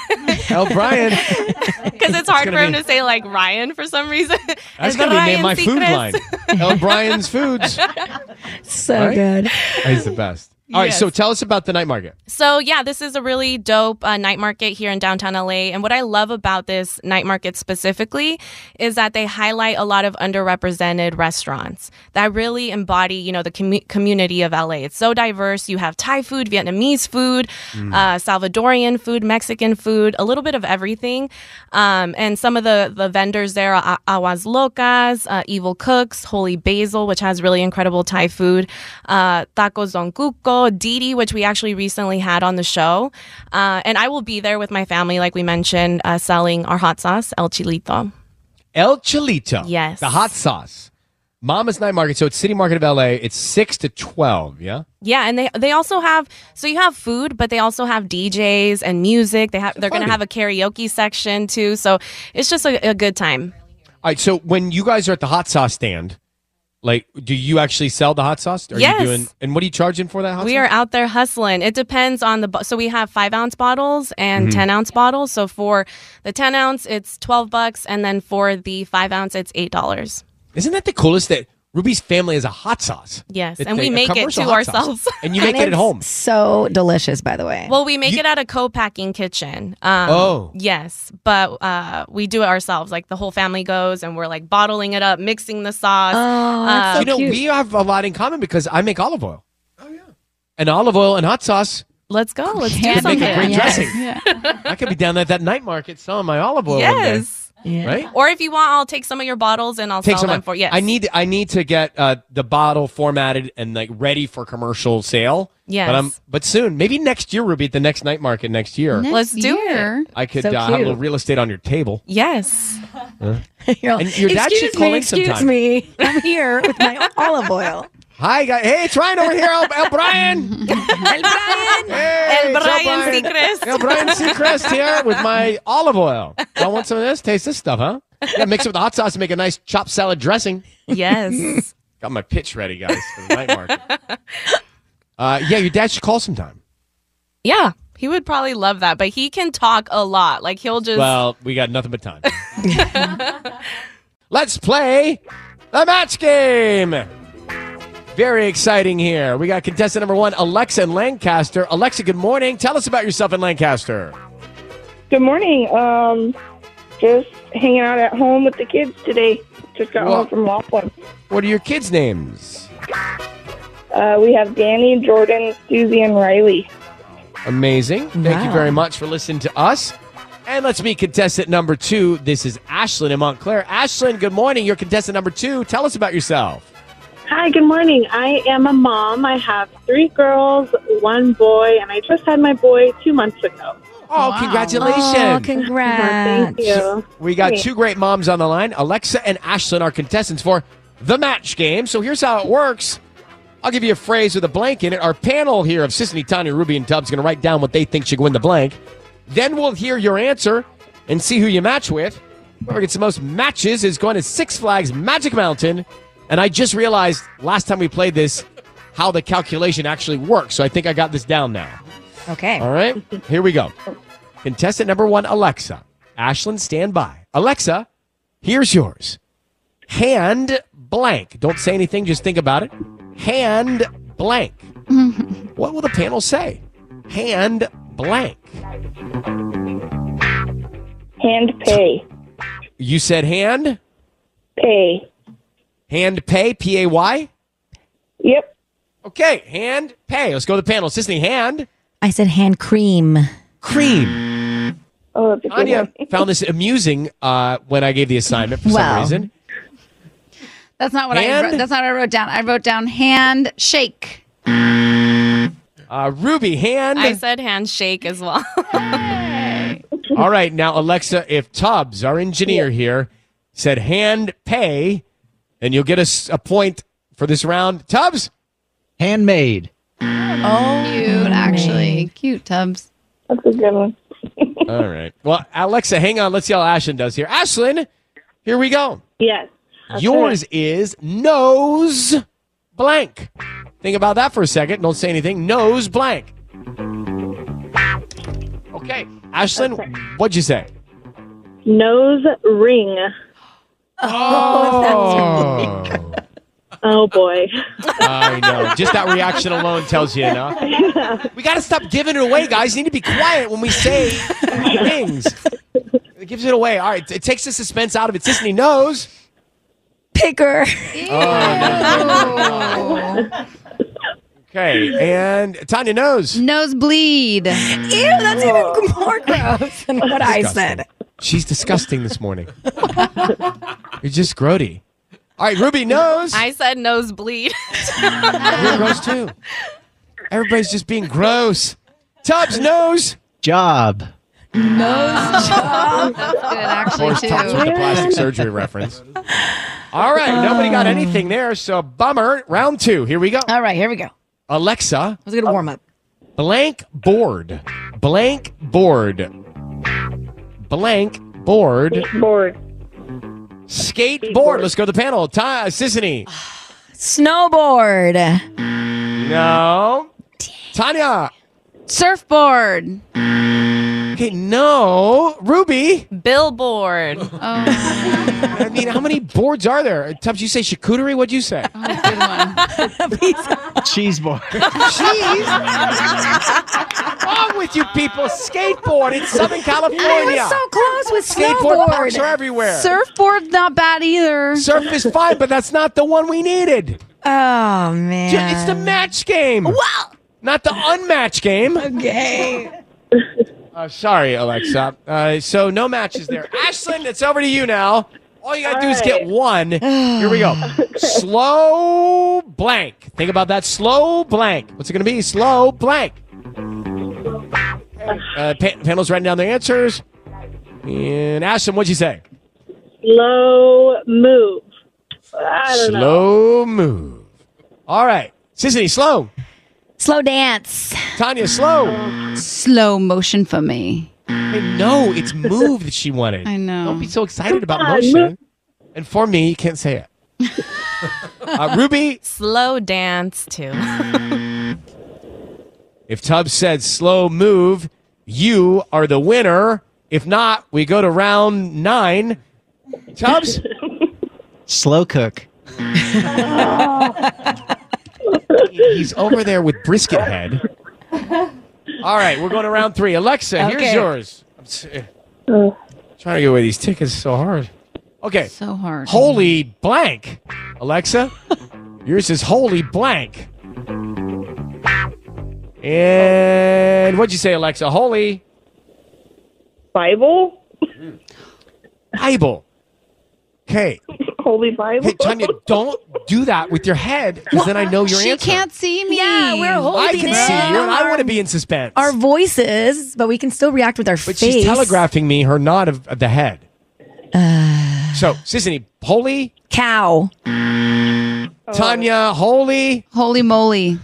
Speaker 2: L. Brian.
Speaker 4: because it's hard
Speaker 2: gonna
Speaker 4: for him
Speaker 2: be-
Speaker 4: to say like Ryan for some reason.
Speaker 2: That's
Speaker 4: El
Speaker 2: gonna be named
Speaker 4: Brian
Speaker 2: my food
Speaker 4: Secres.
Speaker 2: line. L. Brian's Foods.
Speaker 5: So
Speaker 2: Right?
Speaker 5: good.
Speaker 2: He's the best. All right,
Speaker 4: Yes.
Speaker 2: so tell us about the night market.
Speaker 4: So yeah, this is a really dope uh, night market here in downtown LA. And what I love about this night market specifically is that they highlight a lot of underrepresented restaurants that really embody, you know, the commu- community of LA. It's so diverse. You have Thai food, Vietnamese food, uh, Salvadorian food, Mexican food, a little bit of everything. Um, and some of the the vendors there are A- Aguas Locas, uh, Evil Cooks, Holy Basil, which has really incredible Thai food, uh, Tacos Don Cuco, Didi, which we actually recently had on the show. Uh, and I will be there with my family, like we mentioned, uh, selling our hot sauce, El Chilito.
Speaker 2: El Chilito.
Speaker 4: Yes.
Speaker 2: The hot sauce. Mama's Night Market. So it's City Market of LA. It's 6 to 12, yeah?
Speaker 4: Yeah, and they they also have so you have food, but they also have DJs and music. They have they're going to
Speaker 2: party.
Speaker 4: have a karaoke section too, so it's just a, a good time.
Speaker 2: All right, so when you guys are at the hot sauce stand, like, do you actually sell the hot sauce? Are
Speaker 4: Yes.
Speaker 2: you doing, and what are you charging for that hot
Speaker 4: We
Speaker 2: sauce?
Speaker 4: are out there hustling. It depends on the bo- so we have five ounce bottles and ten ounce bottles. So for the ten ounce, it's twelve bucks, and then for the five ounce, it's eight dollars.
Speaker 2: Isn't that the coolest that Ruby's family has a hot sauce?
Speaker 4: Yes,
Speaker 2: It's
Speaker 4: and
Speaker 2: a-
Speaker 4: we
Speaker 2: a
Speaker 4: make it
Speaker 2: commercial
Speaker 4: to
Speaker 2: hot sauce.
Speaker 4: ourselves.
Speaker 2: And you make
Speaker 5: And
Speaker 2: it at
Speaker 5: it's
Speaker 2: home.
Speaker 5: So delicious, by the way.
Speaker 4: well, we make it at a co-packing kitchen. Um,
Speaker 2: Oh.
Speaker 4: yes, but uh, we do it ourselves. Like the whole family goes, and we're like bottling it up, mixing the sauce.
Speaker 5: oh, that's so
Speaker 2: you know,
Speaker 5: cute.
Speaker 2: we have a lot in common because I make olive oil. Oh, yeah. And olive oil and hot sauce.
Speaker 4: Let's go. Oh, Let's do
Speaker 2: make
Speaker 6: Could
Speaker 4: something.
Speaker 2: a great
Speaker 6: Yes.
Speaker 2: dressing. I could be down at that night market selling my olive oil one day.
Speaker 4: Yes.
Speaker 5: Yeah.
Speaker 2: Right?
Speaker 4: Or if you want, I'll take some of your bottles and I'll
Speaker 2: Take
Speaker 4: sell
Speaker 2: some.
Speaker 4: them for yes.
Speaker 2: I need I need to get uh, the bottle formatted and like ready for commercial sale.
Speaker 4: Yes. Mm-hmm.
Speaker 2: But I'm but soon, maybe next year, Ruby, at the next night market next year,
Speaker 4: Let's do
Speaker 6: it.
Speaker 2: I could
Speaker 5: So
Speaker 2: uh, have a
Speaker 5: cute.
Speaker 2: little real estate on your table.
Speaker 4: Yes.
Speaker 5: You're all,
Speaker 2: And your dad should
Speaker 5: excuse
Speaker 2: call
Speaker 5: me,
Speaker 2: in
Speaker 5: excuse
Speaker 2: sometime."
Speaker 5: me. I'm here with my olive oil.
Speaker 2: Hi, guy. Hey, it's Ryan over here. El, El Brian.
Speaker 5: El Brian.
Speaker 2: Hey,
Speaker 4: El
Speaker 2: it's
Speaker 4: Brian Secrets.
Speaker 2: El Brian Seacrest here with my olive oil. Y'all want some of this? Taste this stuff, huh? Yeah, mix it with the hot sauce and make a nice chopped salad dressing.
Speaker 4: Yes.
Speaker 2: Got my pitch ready, guys, for the night market. Uh, yeah, your dad should call sometime.
Speaker 4: Yeah, he would probably love that, but he can talk a lot. Like he'll just
Speaker 2: Well, we got nothing but time. Let's play the match game. Very exciting here. We got contestant number one, Alexa in Lancaster. Alexa, good morning. Tell us about yourself in Lancaster.
Speaker 8: Good morning. Um, just hanging out at home with the kids today. Just got home from Laughlin.
Speaker 2: What are your kids' names?
Speaker 8: Uh, we have Danny, Jordan, Susie, and Riley.
Speaker 2: Amazing. Thank you
Speaker 8: Wow.
Speaker 2: very much for listening to us. And let's meet contestant number two. This is Ashlyn in Montclair. Ashlyn, good morning. You're contestant number two. Tell us about yourself.
Speaker 9: Hi, good morning. I am a mom. I have three girls, one boy, and I just had my boy two months ago.
Speaker 2: Oh, congratulations. Oh,
Speaker 5: congrats.
Speaker 9: Thank you.
Speaker 2: We got
Speaker 9: Thanks.
Speaker 2: two great moms on the line. Alexa and Ashlyn are contestants for the match game. So here's how it works. I'll give you a phrase with a blank in it. Our panel here of Sisney, Tanya, Ruby, and Tubbs going to write down what they think should go in the blank. Then we'll hear your answer and see who you match with. Whoever gets the most matches is going to Six Flags Magic Mountain. And I just realized last time we played this how the calculation actually works. So I think I got this down now.
Speaker 5: Okay.
Speaker 2: All right, here we go. Contestant number one, Alexa. Ashlyn, stand by. Alexa, here's yours. Hand blank. Don't say anything, just think about it. Hand blank. What will the panel say? Hand blank.
Speaker 8: Hand pay.
Speaker 2: You said hand?
Speaker 8: Pay.
Speaker 2: Hand pay, P A Y?
Speaker 8: Yep.
Speaker 2: Okay, hand pay. Let's go to the panel. Sisney, hand.
Speaker 5: I said hand cream.
Speaker 2: Cream.
Speaker 8: Oh, that's a good
Speaker 2: Anya
Speaker 8: one.
Speaker 2: found this amusing uh, when I gave the assignment for some
Speaker 5: Wow.
Speaker 2: reason.
Speaker 6: That's not what I. Wrote,
Speaker 2: Hand?
Speaker 6: that's not what I wrote down. I wrote down hand shake.
Speaker 2: Uh, Ruby, hand.
Speaker 4: I said handshake as well.
Speaker 2: All right, now Alexa, if Tubbs, our engineer here, said hand pay, then you'll get us a point for this round. Tubbs, handmade.
Speaker 6: Oh, cute. Actually, cute tubs.
Speaker 8: That's a good one.
Speaker 2: All right. Well, Alexa, hang on. Let's see how Ashlyn does here. Ashlyn, here we go.
Speaker 8: Yes.
Speaker 2: Yours is nose blank. Think about that for a second. Don't say anything. Nose blank. Okay. Ashlyn, what'd you say?
Speaker 9: Nose ring.
Speaker 2: Oh.
Speaker 6: Uh,
Speaker 9: Oh, boy.
Speaker 2: I know. Just that reaction alone tells you enough. We got to stop giving it away, guys. You need to be quiet when we say things. It gives it away. All right. It takes the suspense out of it. Sisney knows.
Speaker 5: Picker.
Speaker 2: Okay. And Tanya knows.
Speaker 6: Nosebleed. Ew,
Speaker 5: that's even more gross than what I said.
Speaker 2: She's disgusting this morning. You're just grody. All right. Ruby knows.
Speaker 4: I said nosebleed.
Speaker 2: You're gross too. Everybody's just being gross. Tubbs knows. Job.
Speaker 6: Nose job. That's good,
Speaker 2: Of course,
Speaker 6: actually,
Speaker 2: Tubbs with the plastic surgery reference. All right, nobody got anything there, so bummer. Round two. Here we go.
Speaker 5: All right, here we go.
Speaker 2: Alexa,
Speaker 5: I was gonna warm up.
Speaker 2: blank board, blank board, blank board,
Speaker 9: board,
Speaker 2: skateboard. Let's go to the panel. Ty, Sissany.
Speaker 5: Snowboard.
Speaker 2: No. Tanya.
Speaker 6: Surfboard.
Speaker 2: Okay, no. Ruby.
Speaker 4: Billboard.
Speaker 2: I mean, how many boards are there? Tubbs, you say charcuterie? What'd you say?
Speaker 6: Oh.
Speaker 2: Cheese board. wrong with you people? Skateboard in Southern California.
Speaker 5: I was so close with
Speaker 2: Skateboard
Speaker 5: snowboard.
Speaker 2: parks are everywhere.
Speaker 6: Surfboard's not bad either.
Speaker 2: Surf is fine, but that's not the one we needed.
Speaker 5: Oh man.
Speaker 2: Ju- It's the match game. Wow. Not the unmatched game.
Speaker 5: Okay.
Speaker 2: Uh, sorry, Alexa. Uh, so no matches there. Ashlyn, it's over to you now. All you gotta do is get one. Here we go. slow blank. Think about that. Slow blank. What's it gonna be? Slow blank. Uh, pa- panel's writing down their answers. And Ashlyn, what'd you say?
Speaker 9: slow move. I don't know.
Speaker 2: Slow move. All right. Sissy, slow.
Speaker 5: Slow dance.
Speaker 2: Tanya, slow.
Speaker 6: Slow motion for me.
Speaker 2: Hey, no, it's move that she wanted.
Speaker 6: I know.
Speaker 2: Don't be so excited about
Speaker 6: Come on,
Speaker 2: motion. And for me, you can't say it. Uh, Ruby.
Speaker 4: Slow dance too.
Speaker 2: If Tubbs said slow move, you are the winner. If not, we go to round nine. Tubbs,
Speaker 10: Slow cook.
Speaker 2: he's over there with brisket head. All right, we're going to round three. Alexa,
Speaker 10: Okay.
Speaker 2: here's yours. I'm s- trying to get away these tickets so hard. Okay.
Speaker 6: So hard.
Speaker 2: Holy blank. Alexa, yours is holy blank. And what'd you say, Alexa? Holy
Speaker 8: Bible?
Speaker 2: Bible. Hey,
Speaker 8: Holy Bible?
Speaker 2: hey, Tanya, don't do that with your head because then I know Oh, your
Speaker 6: she
Speaker 2: answer.
Speaker 6: can't see me.
Speaker 5: Yeah, we're holding
Speaker 2: I can
Speaker 5: it.
Speaker 2: see you, and I want to be in suspense.
Speaker 5: Our voices, but we can still react with our
Speaker 2: But
Speaker 5: face.
Speaker 2: she's telegraphing me her nod of, of the head.
Speaker 6: Uh.
Speaker 2: so, Sissany, holy
Speaker 5: cow.
Speaker 2: Tanya, holy.
Speaker 6: Holy moly.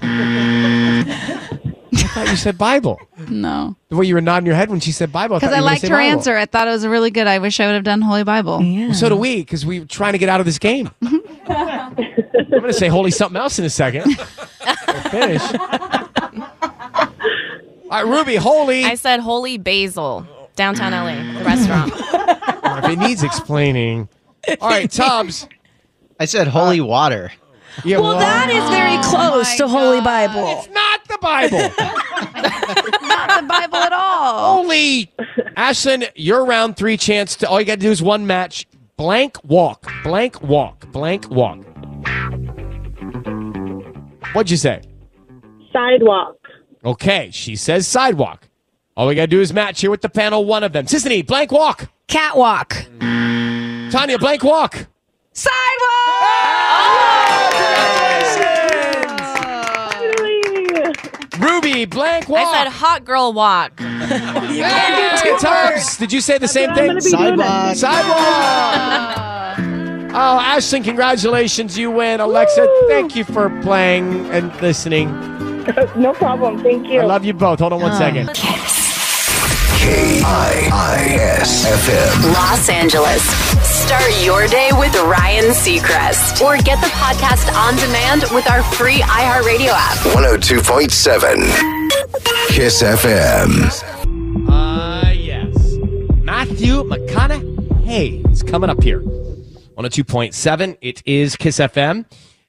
Speaker 2: I thought you said Bible.
Speaker 6: No.
Speaker 2: The way you were nodding your head when she said Bible. I
Speaker 6: Because
Speaker 2: thought
Speaker 6: I
Speaker 2: you were gonna
Speaker 6: liked
Speaker 2: say
Speaker 6: her
Speaker 2: Bible.
Speaker 6: answer. I thought it was really good. I wish I would have done Holy Bible.
Speaker 5: Yeah.
Speaker 2: So do we, because we were trying to get out of this game. I'm
Speaker 6: Mm-hmm.
Speaker 2: going to say holy something else in a second. We'll finish. All right, Ruby, holy.
Speaker 4: I said Holy Basil, downtown LA, the restaurant.
Speaker 2: If it needs explaining. All right, Tubbs.
Speaker 10: I said holy water.
Speaker 2: Yeah,
Speaker 5: Well, that is very
Speaker 2: Oh
Speaker 5: close to Holy Bible. It's
Speaker 2: not the Bible.
Speaker 5: not the Bible at all.
Speaker 2: Holy. Ashlyn, your round three chance to. All you got to do is one match. Blank walk. Blank walk. Blank walk. What'd you say?
Speaker 8: Sidewalk.
Speaker 2: Okay, she says sidewalk. All we gotta do is match here with the panel. One of them, Sissany, blank walk.
Speaker 5: Catwalk.
Speaker 2: Tanya, blank walk. Ruby, blank walk.
Speaker 4: I said hot girl walk.
Speaker 2: Hey, Tubbs, did you say the same thing? Sidewalk. Sidewalk. Oh, Ashton, congratulations. You win. Alexa, thank you for playing and listening.
Speaker 8: no problem. Thank you.
Speaker 2: I love you both. Hold on one second.
Speaker 3: K-I-I-S-F-M.
Speaker 1: Los Angeles. Start your day with Ryan Seacrest. Or get the podcast on demand with our free iHeartRadio app.
Speaker 3: 102.7. Kiss FM.
Speaker 2: Ah, yes. Matthew McConaughey is coming up here on a 2.7. It is Kiss FM.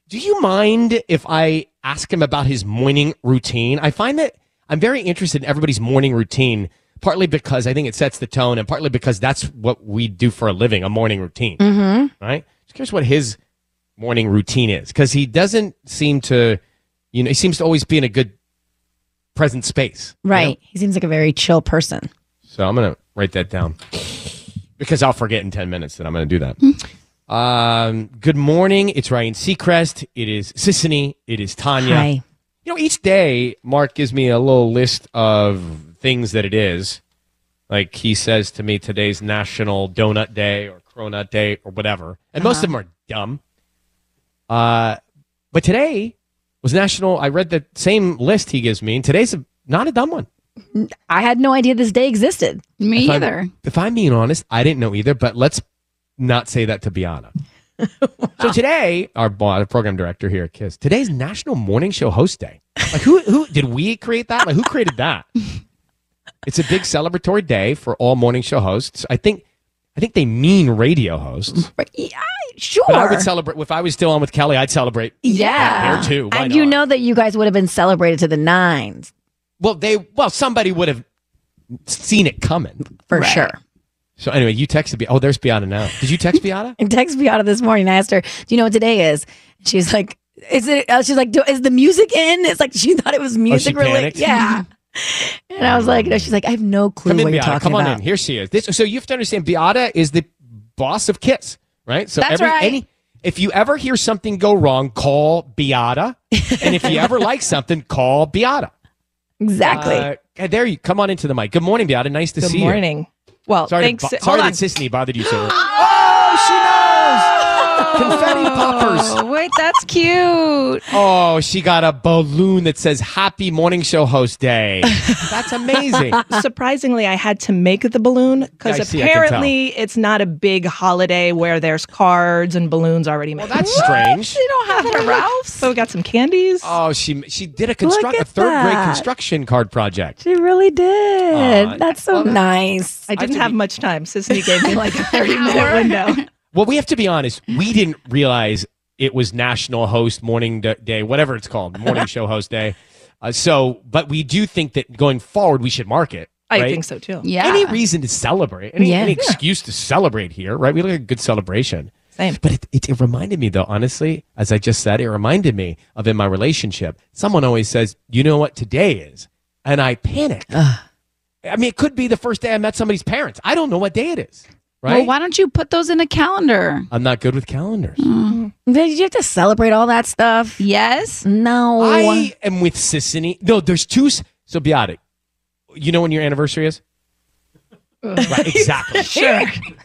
Speaker 2: Do you mind if I ask him about his morning routine? I find that I'm very interested in everybody's morning routine, partly because I think it sets the tone and partly because that's what we do for a living, a morning routine.
Speaker 5: Mm-hmm.
Speaker 2: Right? Just curious what his morning routine is because he doesn't seem to, you know, he seems to always be in a good present space.
Speaker 5: Right. He seems like a very chill person.
Speaker 2: So I'm going to write that down because I'll forget in 10 minutes that I'm going to do that. um, good morning. It's Ryan Seacrest. It is Sissany. It is Tanya.
Speaker 5: Hi.
Speaker 2: You know, each day, Mark gives me a little list of things that it is. Like he says to me, today's National Donut Day or Cronut Day or whatever. And most of them are dumb. Uh, but today was National. I read the same list he gives me, and today's a, not a dumb one.
Speaker 5: I had no idea this day existed.
Speaker 6: Me
Speaker 2: If I'm- if I'm being honest, I didn't know either, but let's not say that to Biana. So today, our bo- our program director here at KISS, today's National Morning Show Host Day. Like who who did we create that? Like who created that? It's a big celebratory day for all morning show hosts. I think I think they mean radio hosts.
Speaker 5: Sure.
Speaker 2: But I would celebrate if I was still on with Kelly, I'd celebrate
Speaker 5: yeah.
Speaker 2: there too. Why
Speaker 5: and
Speaker 2: not?
Speaker 5: you know that you guys would have been celebrated to the nines
Speaker 2: well they well somebody would have seen it coming.
Speaker 5: for sure.
Speaker 2: So anyway, you texted me. Oh, there's Biana now. Did you text Biana?
Speaker 5: And text me out of this morning. I asked her, "Do you know what today is?" She's like, "Is it?" uh, She's like, "Do- "Is the music in?" It's like she thought it was music
Speaker 2: Oh, panicked?
Speaker 5: related. Yeah. and I was like, no, "She's like, I have no clue
Speaker 2: Come in,
Speaker 5: what you're
Speaker 2: Beata.
Speaker 5: talking
Speaker 2: Come on
Speaker 5: about."
Speaker 2: in. Here she is. This, so you have to understand, Beata is the boss of Kiss, right? So
Speaker 5: That's right.
Speaker 2: if you ever hear something go wrong, call Beata, and if you ever like something, call Beata.
Speaker 5: Exactly.
Speaker 2: Uh, and there you come on into the mic. Good morning, Beata. Nice to
Speaker 11: Good
Speaker 2: see you.
Speaker 11: morning. Well,
Speaker 2: Sorry,
Speaker 11: thanks.
Speaker 2: To, bo-
Speaker 11: hold
Speaker 2: sorry
Speaker 11: on.
Speaker 2: that Sisney bothered you so.
Speaker 11: Oh, she knows.
Speaker 2: Confetti poppers.
Speaker 4: Wait, that's cute.
Speaker 2: Oh, she got a balloon that says Happy Morning Show Host Day. That's amazing.
Speaker 11: Surprisingly, I had to make the balloon
Speaker 2: I
Speaker 11: because
Speaker 2: see, I can tell.
Speaker 11: apparently it's not a big holiday where there's cards and balloons already made. Well,
Speaker 2: that's strange.
Speaker 11: They don't have it at Ralph's. So we got some candies.
Speaker 2: Oh, she she did a construct a
Speaker 11: at
Speaker 2: third grade
Speaker 11: that.
Speaker 2: construction card project.
Speaker 11: She really did.
Speaker 2: Aw,
Speaker 11: that's so nice. I didn't have much time. Sisney gave me like a 30 minute window.
Speaker 2: Well, we have to be honest. We didn't realize it was National Host Morning D- Day, whatever it's called, Morning Show Host Day. Uh, so, but we do think that going forward, we should mark it.
Speaker 11: I
Speaker 2: right?
Speaker 11: think so too.
Speaker 2: Any reason to celebrate? Any,
Speaker 11: Yeah.
Speaker 2: any
Speaker 11: Yeah.
Speaker 2: excuse to celebrate here, right? We look at a good celebration.
Speaker 11: Same.
Speaker 2: But it, it, it reminded me, though, honestly, as I just said, it reminded me of in my relationship, someone always says, you know what today is? And I panic. I mean, it could be the first day I met somebody's parents. I don't know what day it is, right?
Speaker 6: Well, why don't you put those in a calendar?
Speaker 2: I'm not good with calendars.
Speaker 5: Did you have to celebrate all that stuff?
Speaker 6: Yes.
Speaker 5: No.
Speaker 2: I am with Sissany. No, there's two. s- So, Biotic, you know when your anniversary is? Right, exactly.
Speaker 11: Sure.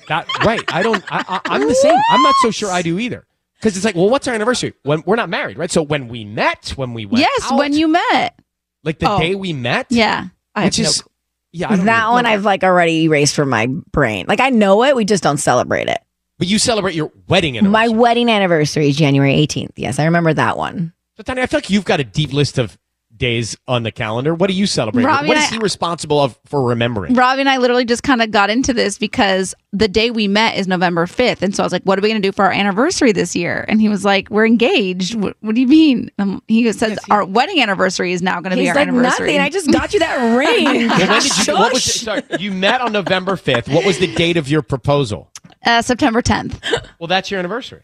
Speaker 2: That, right. I don't. I, I, I'm the same. I'm not so sure I do either. Because it's like, well, what's our anniversary? When we're not married, right? So when we met, when we went,
Speaker 6: yes,
Speaker 2: out,
Speaker 6: when you met.
Speaker 2: like the
Speaker 6: Oh.
Speaker 2: day we met.
Speaker 6: Yeah.
Speaker 5: I
Speaker 2: which
Speaker 5: have no
Speaker 2: is
Speaker 5: clue.
Speaker 2: yeah. I don't
Speaker 5: that
Speaker 2: really-
Speaker 5: one I've like already erased from my brain. Like I know it, we just don't celebrate it.
Speaker 2: But you celebrate your wedding anniversary.
Speaker 5: My wedding anniversary, January 18th. Yes, I remember that one.
Speaker 2: So Tanya, I feel like you've got a deep list of days on the calendar. What do you celebrate?
Speaker 6: Robbie,
Speaker 2: what is
Speaker 6: I-
Speaker 2: he responsible of for remembering?
Speaker 6: Robbie and I literally just kind of got into this because the day we met is November 5th. And so I was like, what are we going to do for our anniversary this year? And he was like, we're engaged. What, what do you mean? Um, he just says our wedding anniversary is now going to be
Speaker 5: He's
Speaker 6: our
Speaker 5: like,
Speaker 6: anniversary.
Speaker 5: nothing. I just got you that ring.
Speaker 2: Well, when did you, what was, sorry, you met on November 5th. What was the date of your proposal?
Speaker 6: uh, September 10th.
Speaker 2: Well, that's your anniversary.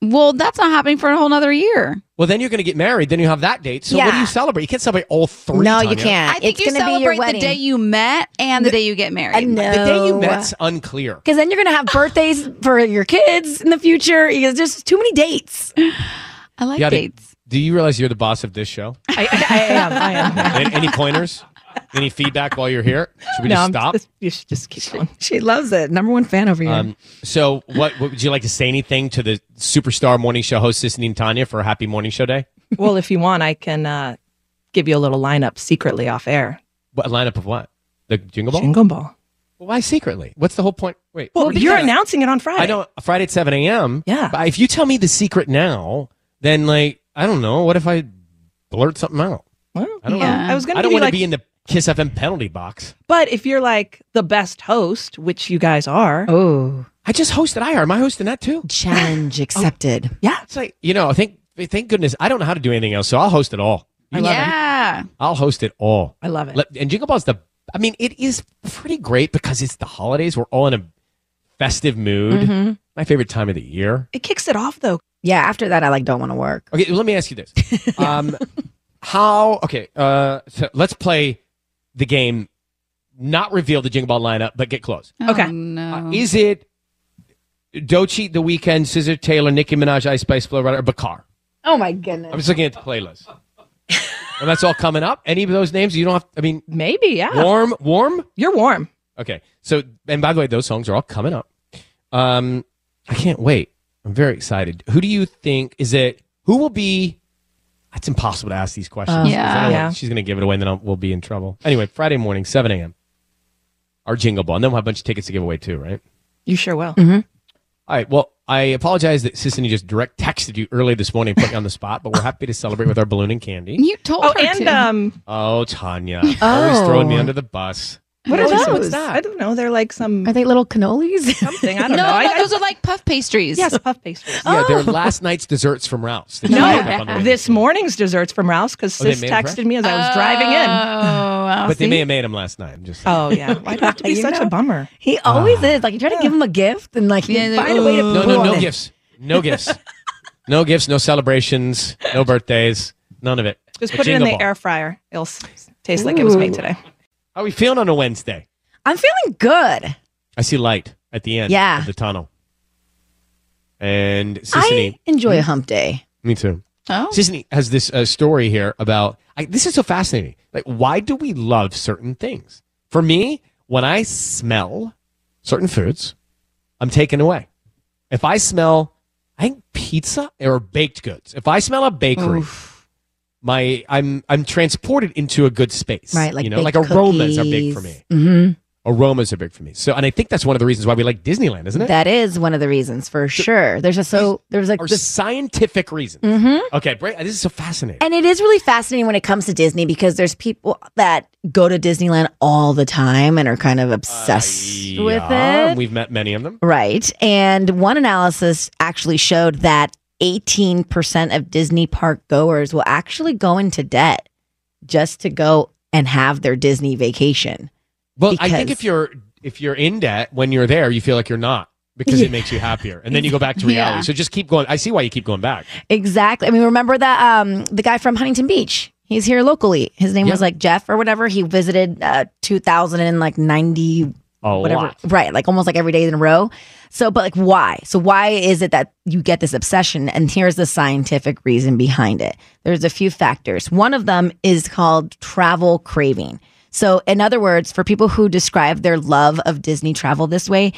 Speaker 6: Well, that's not happening for a whole nother year.
Speaker 2: Well, then you're going to get married. Then you have that date. So what do
Speaker 6: Yeah.
Speaker 2: you celebrate? You can't celebrate all three.
Speaker 5: No, you
Speaker 2: Tanya.
Speaker 5: can't.
Speaker 6: I think
Speaker 5: It's
Speaker 6: you
Speaker 5: gonna be your
Speaker 6: celebrate the
Speaker 5: wedding.
Speaker 6: day you met and the, day you get married.
Speaker 2: The day you met's unclear.
Speaker 5: Because then you're going to have birthdays for your kids in the future. There's just too many dates.
Speaker 6: I like
Speaker 2: Yadi, Do you realize you're the boss of this show?
Speaker 11: I, I, I am. I am.
Speaker 2: An- Any pointers? Any feedback while you're here? Should we
Speaker 11: No,
Speaker 2: just
Speaker 11: I'm
Speaker 2: stop?
Speaker 11: just- you should just keep going. She loves it. Number one fan over here.
Speaker 2: Um, so, what, what would you like to say anything to the superstar morning show host, Sisney and Tanya, for a happy morning show day?
Speaker 11: well, if you want, I can uh, give you a little lineup secretly off air.
Speaker 2: What lineup of what? The jingle ball?
Speaker 11: Jingle ball.
Speaker 2: Well, why secretly? What's the whole point? Wait.
Speaker 11: Well,
Speaker 2: what are you
Speaker 11: you're
Speaker 2: gonna-
Speaker 11: announcing it on Friday.
Speaker 2: I know Friday at 7 a.m. Yeah. But if you tell me the secret now, then like, I don't know. What if I blurt something out? I don't
Speaker 11: yeah.
Speaker 2: know.
Speaker 11: I was gonna
Speaker 2: Oh, I
Speaker 11: give
Speaker 2: don't
Speaker 11: you,
Speaker 2: want
Speaker 11: like-
Speaker 2: to be in the Kiss FM penalty box.
Speaker 11: But if you're like the best host, which you guys are,
Speaker 5: oh,
Speaker 2: I just hosted IR. Am I hosting that too?
Speaker 9: Oh.
Speaker 5: Challenge accepted.
Speaker 11: yeah.
Speaker 2: It's like, you know, thank, thank goodness I don't know how to do anything else. So I'll host it all. You know,
Speaker 6: yeah.
Speaker 2: I'll host it all.
Speaker 11: I love it.
Speaker 2: Let- And Jingle Ball's the, I mean, it is pretty great because it's the holidays. We're all in a festive mood.
Speaker 5: Mhm.
Speaker 2: My favorite time of the year.
Speaker 11: It kicks it off though.
Speaker 5: Yeah, after that, I like don't want to work.
Speaker 2: Okay, let me ask you this. Um, how? Okay, uh, so let's play the game. Not reveal the jingle ball lineup, but get close.
Speaker 6: Okay. Oh, no.
Speaker 2: Is it Dochi, The Weekend, Scissor Taylor, Nicki Minaj, Ice Spice, Flow Rider, or Bakar?
Speaker 5: Oh my goodness.
Speaker 2: I'm just looking at the playlist. and that's all coming up. Any of those names? You don't have. I mean,
Speaker 11: maybe yeah.
Speaker 2: Warm, warm.
Speaker 11: You're warm.
Speaker 2: Okay. So, and by the way, those songs are all coming up. Um, I can't wait. I'm very excited. Who do you think is it? Who will be? It's impossible to ask these questions.
Speaker 11: Uh,
Speaker 2: 'cause
Speaker 11: Yeah.
Speaker 2: I don't want-
Speaker 11: Yeah.
Speaker 2: she's going to give it away, and then I'll, we'll be in trouble. Anyway, Friday morning, 7 a.m. Our jingle ball, and then we'll have a bunch of tickets to give away too, right?
Speaker 11: You sure will.
Speaker 2: All right. Well, I apologize that Sissany just direct texted you early this morning, and put you on the spot, but we're happy to celebrate with our balloon and candy.
Speaker 6: You told
Speaker 11: Oh,
Speaker 6: her
Speaker 11: and
Speaker 6: to.
Speaker 11: um,
Speaker 2: Oh, Tanya, always
Speaker 11: Oh.
Speaker 2: throwing me under the bus.
Speaker 11: what are
Speaker 5: Those?
Speaker 11: those? What's that? I don't know. They're like some.
Speaker 5: Are they little cannolis?
Speaker 11: Something. I
Speaker 6: no,
Speaker 11: don't know. I,
Speaker 6: no,
Speaker 11: I-
Speaker 6: those are like puff pastries.
Speaker 11: yes, puff pastries.
Speaker 2: Yeah, they're last night's desserts from Ralph's. that you picked up on the
Speaker 11: Oh. No,
Speaker 2: way.
Speaker 11: this morning's desserts from Ralph's because
Speaker 2: Oh, they
Speaker 11: Sis
Speaker 2: made them fresh?
Speaker 11: texted me as I was driving in.
Speaker 6: Oh,
Speaker 2: but they may have made them last night. I'm just saying.
Speaker 11: Oh yeah, why'd it have to be
Speaker 5: You
Speaker 11: such
Speaker 5: know?
Speaker 11: a bummer?
Speaker 5: He always is. Like, you try to give him a gift and, like, you
Speaker 6: like,
Speaker 5: find a way to
Speaker 2: no,
Speaker 5: poo
Speaker 2: no,
Speaker 5: on
Speaker 11: Oh.
Speaker 2: no
Speaker 5: it.
Speaker 2: gifts, no gifts, no gifts, no celebrations, no birthdays, none of it.
Speaker 11: Just
Speaker 2: A
Speaker 11: put it in
Speaker 2: jingle
Speaker 11: the
Speaker 2: ball.
Speaker 11: air fryer. It'll s- taste like it was made today.
Speaker 2: How are we feeling on a Wednesday?
Speaker 5: I'm feeling good.
Speaker 2: I see light at the end
Speaker 5: Yeah.
Speaker 2: of the tunnel. And Sissany,
Speaker 5: Enjoy a hump day.
Speaker 2: me too.
Speaker 6: Oh.
Speaker 2: Sissany has this uh, story here about I, this is so fascinating. Like, why do we love certain things? For me, when I smell certain foods, I'm taken away. If I smell, I think pizza or baked goods. If I smell a bakery, my I'm I'm transported into a good space.
Speaker 5: Right, like
Speaker 2: you know, like
Speaker 5: baked
Speaker 2: aromas are big for
Speaker 5: cookies.
Speaker 2: me.
Speaker 5: Mhm.
Speaker 2: Aromas are big for me. So, and I think that's one of the reasons why we like Disneyland, isn't it?
Speaker 5: That is one of the reasons for sure. There's a so there's like
Speaker 2: are
Speaker 5: this
Speaker 2: scientific reasons.
Speaker 5: Mhm.
Speaker 2: Okay, Bra- this is so fascinating.
Speaker 5: And it is really fascinating when it comes to Disney because there's people that go to Disneyland all the time and are kind of obsessed with
Speaker 2: Yeah,
Speaker 5: it.
Speaker 2: We've met many of them.
Speaker 5: Right. And one analysis actually showed that 18% of Disney park goers will actually go into debt just to go and have their Disney vacation.
Speaker 2: Well, I think
Speaker 5: Because-
Speaker 2: if you're if you're in debt when you're there, you feel like you're not because it makes you happier, and then you go back to reality.
Speaker 5: Yeah.
Speaker 2: So just keep going. I see why you keep going back.
Speaker 5: Exactly. I mean, remember that um, the guy from Huntington Beach. He's here locally. His name was
Speaker 2: Yeah.
Speaker 5: like Jeff or whatever. He visited uh, 2000 and like 90
Speaker 2: A
Speaker 5: whatever.
Speaker 2: lot.
Speaker 5: Right, like almost like every day in a row. So, but like why? So why is it that you get this obsession and here's the scientific reason behind it. There's a few factors. One of them is called travel craving. So, in other words, for people who describe their love of Disney travel this way,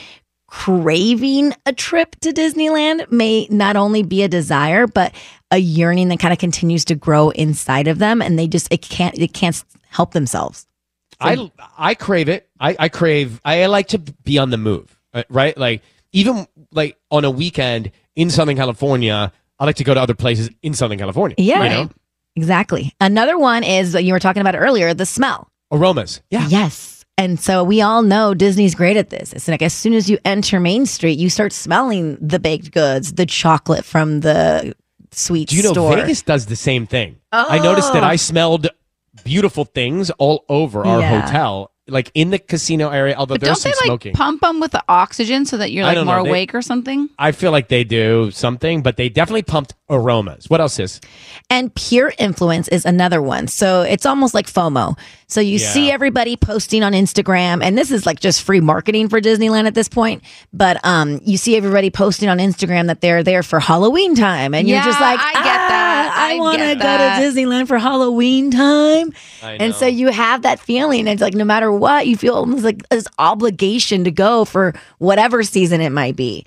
Speaker 5: craving a trip to Disneyland may not only be a desire, but a yearning that kind of continues to grow inside of them, and they just it can't it can't help themselves.
Speaker 2: I I crave it. I, I crave. I like to be on the move, uh, right? Like even like on a weekend in Southern California, I like to go to other places in Southern California.
Speaker 5: Yeah,
Speaker 2: you know?
Speaker 5: exactly. Another one is that you were talking about earlier, the smell.
Speaker 2: aromas. Yeah.
Speaker 5: Yes. And so we all know Disney's great at this. It's like as soon as you enter Main Street, you start smelling the baked goods, the chocolate from the sweet
Speaker 2: Do you know
Speaker 5: store.
Speaker 2: Vegas does the same thing? I noticed that
Speaker 5: Oh.
Speaker 2: I smelled beautiful things all over our
Speaker 6: Yeah.
Speaker 2: hotel, like in the casino area. Although
Speaker 6: But
Speaker 2: there's
Speaker 6: don't
Speaker 2: some
Speaker 6: they like
Speaker 2: smoking.
Speaker 6: pump them with the oxygen so that you're
Speaker 2: I
Speaker 6: like
Speaker 2: don't
Speaker 6: more
Speaker 2: know. They-
Speaker 6: awake or something?
Speaker 2: I feel like they do something, but they definitely pumped aromas. What else is?
Speaker 5: And peer influence is another one. So it's almost like FOMO. So you
Speaker 2: Yeah.
Speaker 5: see everybody posting on Instagram, and this is like just free marketing for Disneyland at this point. But um, you see everybody posting on Instagram that they're there for Halloween time, and you're just
Speaker 6: Yeah,
Speaker 5: like,
Speaker 6: I get
Speaker 5: "Ah,
Speaker 6: that. I
Speaker 5: I, want to
Speaker 6: get
Speaker 5: go
Speaker 6: that."
Speaker 5: to Disneyland for Halloween time.
Speaker 6: I
Speaker 5: And so you have that feeling. It's like no matter what, you feel almost like this obligation to go for whatever season it might be.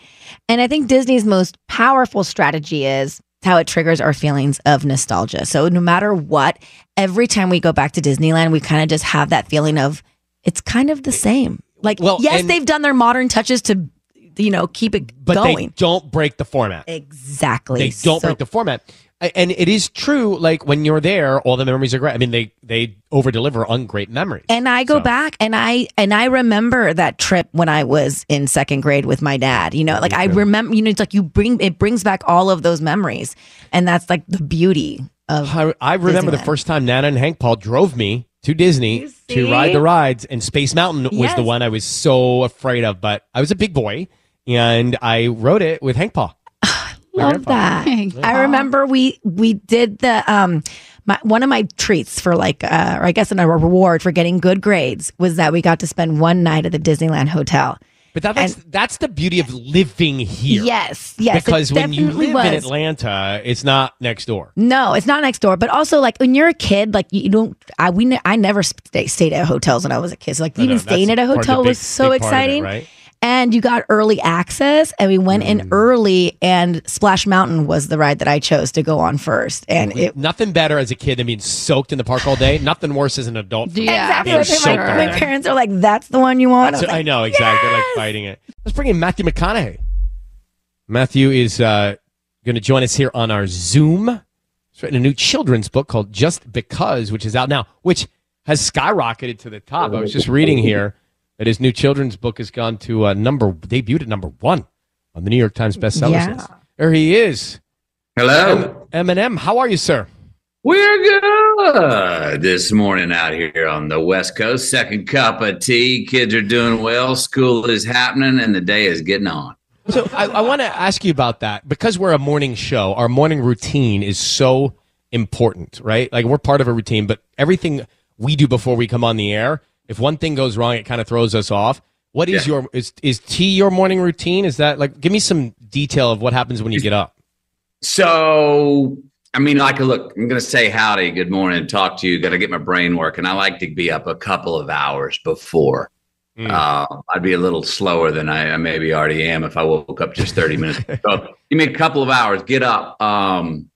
Speaker 5: And I think Disney's most powerful strategy is how it triggers our feelings of nostalgia. So no matter what, every time we go back to Disneyland, we kind of just have that feeling of it's kind of the same. Like
Speaker 2: Well,
Speaker 5: yes,
Speaker 2: and-
Speaker 5: they've done their modern touches to you know keep it
Speaker 2: But
Speaker 5: going.
Speaker 2: they don't break the format.
Speaker 5: Exactly.
Speaker 2: They don't
Speaker 5: So-
Speaker 2: break the format. A- And it is true, like when you're there, all the memories are great. I mean, they they over deliver on great memories.
Speaker 5: And I go back and I and I remember that trip when I was in second grade with my dad. You know, like I remember. You know, it's like you bring it brings back all of those memories, and that's like the beauty of.
Speaker 2: I, I remember the
Speaker 5: Disneyland.
Speaker 2: first time Nana and Hank Paul drove me to Disney to
Speaker 5: see?
Speaker 2: ride the rides, and Space Mountain was
Speaker 5: Yes.
Speaker 2: the one I was so afraid of. But I was a big boy, and I rode it with Hank Paul.
Speaker 5: Love that. I remember we we did the um my one of my treats for like uh or I guess a reward for getting good grades was that we got to spend one night at the Disneyland hotel.
Speaker 2: But that, that's that's the beauty of living here.
Speaker 5: Yes, yes, it
Speaker 2: Because when you
Speaker 5: definitely
Speaker 2: live in
Speaker 5: was.
Speaker 2: Atlanta, it's not next door.
Speaker 5: No, it's not next door. But also, like when you're a kid, like you don't. I we ne- I never stay, stayed at hotels when I was a kid. So, like
Speaker 2: No,
Speaker 5: even
Speaker 2: no,
Speaker 5: staying at
Speaker 2: that's
Speaker 5: a
Speaker 2: part of the
Speaker 5: hotel
Speaker 2: big-
Speaker 5: was so
Speaker 2: big part of it,
Speaker 5: exciting.
Speaker 2: right? Mm.
Speaker 5: And you got early access, and we went in early. And Splash Mountain was the ride that I chose to go on first, and it.
Speaker 2: Nothing better as a kid than being soaked in the park all day. Nothing worse as an adult. than
Speaker 5: Exactly.
Speaker 2: being
Speaker 5: what they-
Speaker 2: soaked all
Speaker 5: My, my
Speaker 2: day.
Speaker 5: parents are like, "That's the one you want." I
Speaker 2: So-
Speaker 5: was
Speaker 2: I
Speaker 5: like,
Speaker 2: know exactly like fighting it. Let's bring in Matthew McConaughey. Matthew is uh, going to join us here on our Zoom. He's written a new children's book called Just Because, which is out now, which has skyrocketed to the top. I was just reading here that his new children's book has gone to uh, number debuted at number one on the New York Times bestsellers
Speaker 12: Yeah.
Speaker 2: list. There he is.
Speaker 12: Hello.
Speaker 2: Eminem. How are you, sir?
Speaker 12: We're good this morning out here on the West Coast. Second cup of tea. Kids are doing well. School is happening, and the day is getting on.
Speaker 2: So I, I want to ask you about that because we're a morning show. Our morning routine is so important, right? Like we're part of a routine, but everything we do before we come on the air, if one thing goes wrong, it kind of throws us off. What is
Speaker 12: Yeah.
Speaker 2: your is is tea your morning routine? Is that like give me some detail of what happens when you get up?
Speaker 12: So, I mean, like, look, I'm going to say howdy, good morning, talk to you. Got to get my brain working. I like to be up a couple of hours before.
Speaker 2: Hmm.
Speaker 12: Uh, I'd be a little slower than I, I maybe already am if I woke up just 30 minutes. So give me a couple of hours. Get up. Um,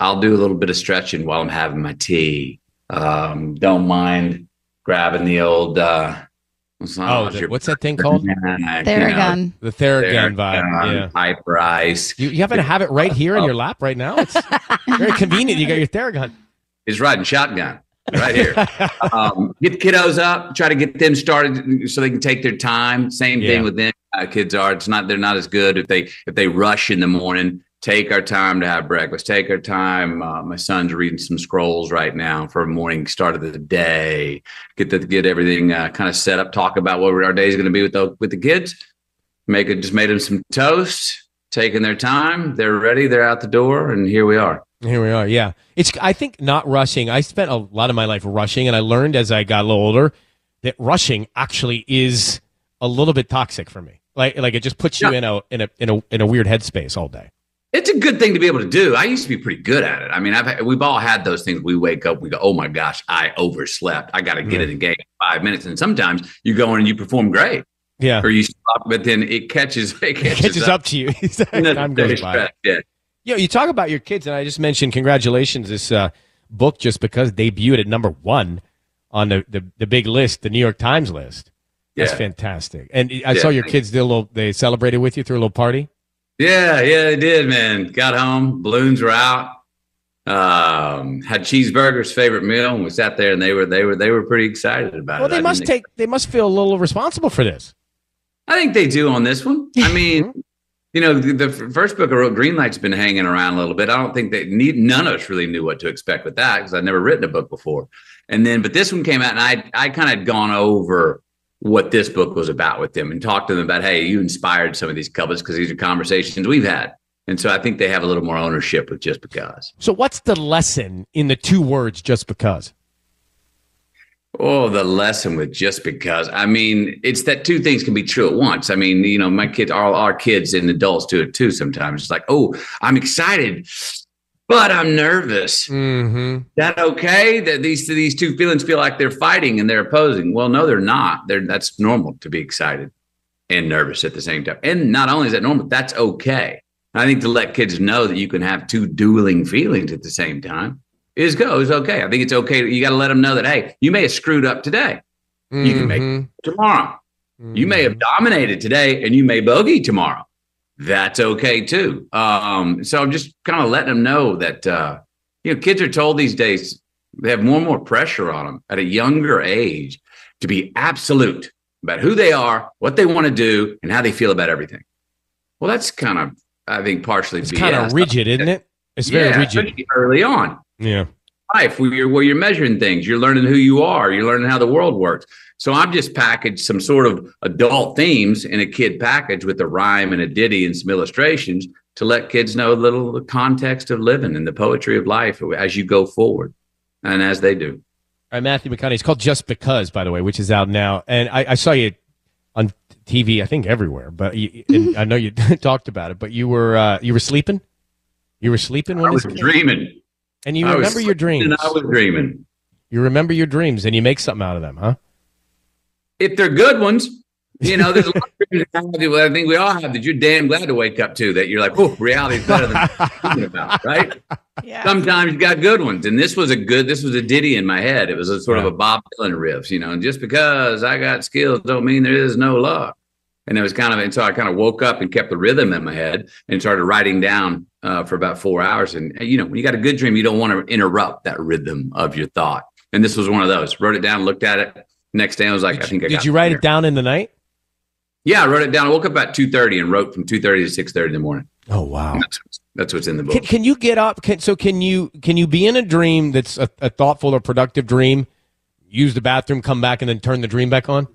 Speaker 12: I'll do a little bit of stretching while I'm having my tea. Um, don't mind grabbing the old. Uh, what's not-
Speaker 2: Oh, the- what's that thing called?
Speaker 6: Theragun.
Speaker 2: The Theragun vibe.
Speaker 12: Theragun,
Speaker 2: yeah.
Speaker 12: Hyper ice.
Speaker 2: You, you happen to have it right here in your lap right now. It's very convenient. You got your Theragun.
Speaker 12: is riding shotgun right here. um, get the kiddos up, try to get them started so they can take their time. Same
Speaker 2: Yeah.
Speaker 12: thing with them. Uh, kids are it's not they're not as good if they if they rush in the morning. Take our time to have breakfast. Take our time. Uh, my son's reading some scrolls right now for a morning start of the day. Get the, get everything uh, kind of set up. Talk about what our day is going to be with the with the kids. Make it just made them some toast. Taking their time. They're ready. They're out the door, and here we are.
Speaker 2: Here we are. Yeah. It's I think not rushing. I spent a lot of my life rushing and I learned as I got a little older that rushing actually is a little bit toxic for me. Like like it just puts you in a in a in a in a weird headspace all day.
Speaker 12: It's a good thing to be able to do. I used to be pretty good at it. I mean, I've we've all had those things. We wake up, we go, "Oh my gosh, I overslept. I got to
Speaker 2: Mm-hmm.
Speaker 12: get in the game in five minutes." And sometimes you go in and you perform great,
Speaker 2: Yeah.
Speaker 12: or you stop, but then it catches it catches,
Speaker 2: catches up to you.
Speaker 12: And then
Speaker 2: Time goes
Speaker 12: there's
Speaker 2: by.
Speaker 12: stress. Yeah.
Speaker 2: Yo, you talk about your kids, and I just mentioned congratulations. This uh, book just because debuted at number one on the, the, the big list, the New York Times list. That's
Speaker 12: Yeah.
Speaker 2: fantastic. And I
Speaker 12: Yeah,
Speaker 2: saw your
Speaker 12: thank
Speaker 2: kids did a little. They celebrated with you through a little party.
Speaker 12: Yeah, yeah, I did, man. Got home, balloons were out. Um, had cheeseburgers, favorite meal, and we sat there, and they were they were they were pretty excited about
Speaker 2: Well,
Speaker 12: it.
Speaker 2: they
Speaker 12: I
Speaker 2: must
Speaker 12: didn't-
Speaker 2: take. They must feel a little responsible for this.
Speaker 12: I think they do on this one. I mean, you know, the, the f- first book I wrote, Greenlight's been hanging around a little bit. I don't think they need none of us really knew what to expect with that because I'd never written a book before. And then, but this one came out, and I I kind of had gone over what this book was about with them and talked to them about, hey, you inspired some of these couples because these are conversations we've had, and so I think they have a little more ownership with just because.
Speaker 2: So, what's the lesson in the two words? Just because.
Speaker 12: Oh, the lesson with just because. I mean, it's that two things can be true at once. I mean, you know, my kids, all our kids and adults do it too sometimes. It's like, oh, I'm excited, but I'm nervous.
Speaker 2: Mm-hmm.
Speaker 12: That okay? That these these two feelings feel like they're fighting and they're opposing. Well, no, they're not. They're that's normal to be excited and nervous at the same time. And not only is that normal, that's okay. I think to let kids know that you can have two dueling feelings at the same time is go is okay. I think it's okay. You got to let them know that hey, you may have screwed up today. You can make
Speaker 6: Mm-hmm.
Speaker 12: it tomorrow. You may have
Speaker 2: Mm-hmm.
Speaker 12: dominated today, and you may bogey tomorrow. That's okay too. Um, so I'm just kind of letting them know that uh, you know kids are told these days they have more and more pressure on them at a younger age to be absolute about who they are, what they want to do, and how they feel about everything. Well, that's kind of I think partially
Speaker 2: It's kind of rigid, isn't it? It's very
Speaker 12: Yeah,
Speaker 2: rigid.
Speaker 12: especially Early on,
Speaker 2: Yeah.
Speaker 12: life where you're, where you're measuring things you're learning who you are you're learning how the world works so i've just packaged some sort of adult themes in a kid package with a rhyme and a ditty and some illustrations to let kids know a little the context of living and the poetry of life as you go forward and as they do
Speaker 2: All right, Matthew McConaughey. It's called Just Because, by the way, which is out now. And I, I saw you on TV, I think everywhere, but you, and I know you talked about it. But you were uh, you were sleeping. You were sleeping when
Speaker 12: i was
Speaker 2: this came-
Speaker 12: dreaming
Speaker 2: And you
Speaker 12: I was
Speaker 2: remember your dreams.
Speaker 12: sleeping and i was dreaming
Speaker 2: You remember your dreams, and you make something out of them, huh?
Speaker 12: if they're good ones you know, there's a lot of dreams that I have that I think we all have that you're damn glad to wake up to that you're like, oh, reality's better than what I'm thinking about, right? Sometimes you got good ones, and this was a good. This was a ditty in my head. It was a sort of a Bob Dylan riff, you know. And just because I got skills, don't mean there is no luck. And it was kind of, and so I kind of woke up and kept the rhythm in my head and started writing down uh, for about four hours. And uh, you know, when you got a good dream, you don't want to interrupt that rhythm of your thought. And this was one of those. Wrote it down, looked at it. Next day, I was like, I think I
Speaker 2: Did
Speaker 12: got
Speaker 2: you write it down in the night?
Speaker 12: Yeah, I wrote it down. I woke up at two thirty and wrote from two thirty to six thirty in the morning.
Speaker 2: Oh wow,
Speaker 12: that's, that's what's in the book.
Speaker 2: Can, can you get up? Can, so can you can you be in a dream that's a, a thoughtful or productive dream? Use the bathroom, come back, and then turn the dream back on.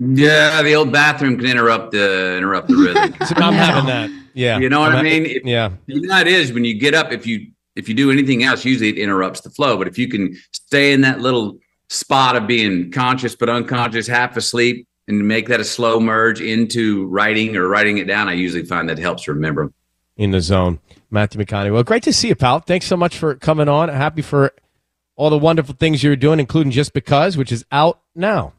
Speaker 12: Yeah, the old bathroom can interrupt the interrupt the rhythm.
Speaker 2: I'm having that. Yeah,
Speaker 12: You know what
Speaker 2: I'm
Speaker 12: I
Speaker 2: ha-
Speaker 12: mean? If-
Speaker 2: yeah.
Speaker 12: You know, how it is when you get up. If you if you do anything else, usually it interrupts the flow. But if you can stay in that little spot of being conscious but unconscious, half asleep, and make that a slow merge into writing or writing it down, I usually find that helps remember.
Speaker 2: in the zone. Matthew McConaughey. Well, great to see you, pal. Thanks so much for coming on. Happy for all the wonderful things you're doing, including Just Because, which is out now.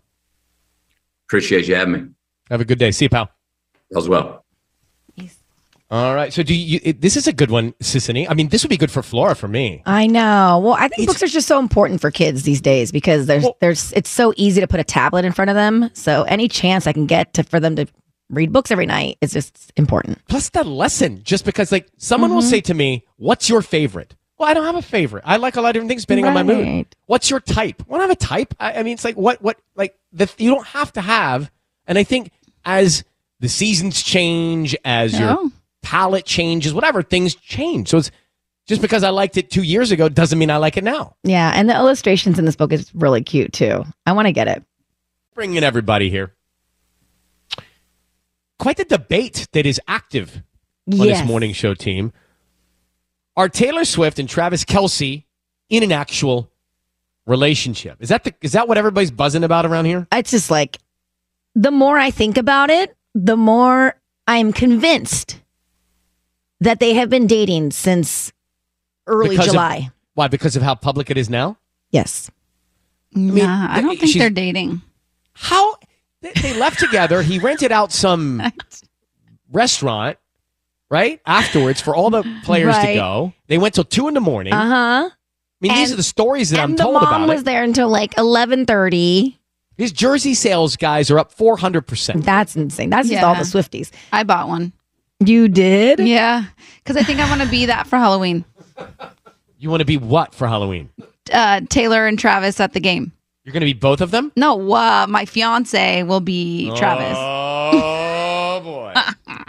Speaker 12: Appreciate you having me.
Speaker 2: Have a good day. See you, pal.
Speaker 12: As well.
Speaker 2: All right. So do you? It, this is a good one, Sissany. I mean, this would be good for Flora for me.
Speaker 5: I know. Well, I think books are just so important for kids these days because there's there's it's so easy to put a tablet in front of them. So any chance I can get to for them to read books every night is just important.
Speaker 2: Plus the lesson, just because like someone will
Speaker 5: Mhm.
Speaker 2: say to me, "What's your favorite?" Well, I don't have a favorite. I like a lot of different things depending on my mood.
Speaker 5: Right.
Speaker 2: What's your type? Well, I don't have a type. I, I mean, it's like what what like the you don't have to have. And I think as the seasons change, as your
Speaker 6: No.
Speaker 2: palette changes, whatever things change. So it's just because I liked it two years ago doesn't mean I like it now.
Speaker 5: Yeah, and the illustrations in this book is really cute too. I want to get it.
Speaker 2: bringing everybody here. Quite the debate that is active on
Speaker 5: Yes.
Speaker 2: this morning show team. Are Taylor Swift and Travis Kelsey in an actual relationship? Is that the is that what everybody's buzzing about around here?
Speaker 5: It's just like the more I think about it, the more I'm convinced that they have been dating since early
Speaker 2: Because of-
Speaker 5: July.
Speaker 2: why? Because of how public it is now.
Speaker 5: Yes.
Speaker 6: nah, I don't think
Speaker 2: she's-
Speaker 6: they're dating.
Speaker 2: How they, they left together. He rented out some restaurant, right? Afterwards, for all the players to
Speaker 5: Right.
Speaker 2: go. They went till two in the morning.
Speaker 5: Uh huh.
Speaker 2: I mean, these
Speaker 5: And-
Speaker 2: are the stories that I'm
Speaker 5: And the
Speaker 2: told
Speaker 5: mom
Speaker 2: about.
Speaker 5: was
Speaker 2: it.
Speaker 5: there until like eleven thirty.
Speaker 2: His jersey sales guys are up 400%.
Speaker 5: That's insane. That's just all the Swifties.
Speaker 6: I bought one.
Speaker 5: You did?
Speaker 6: Yeah, because I think I want to be that for Halloween.
Speaker 2: You want to be what for Halloween?
Speaker 6: Uh, Taylor and Travis at the game.
Speaker 2: You're going to be both of them?
Speaker 6: No, uh, my fiance will be Travis.
Speaker 2: Oh, boy.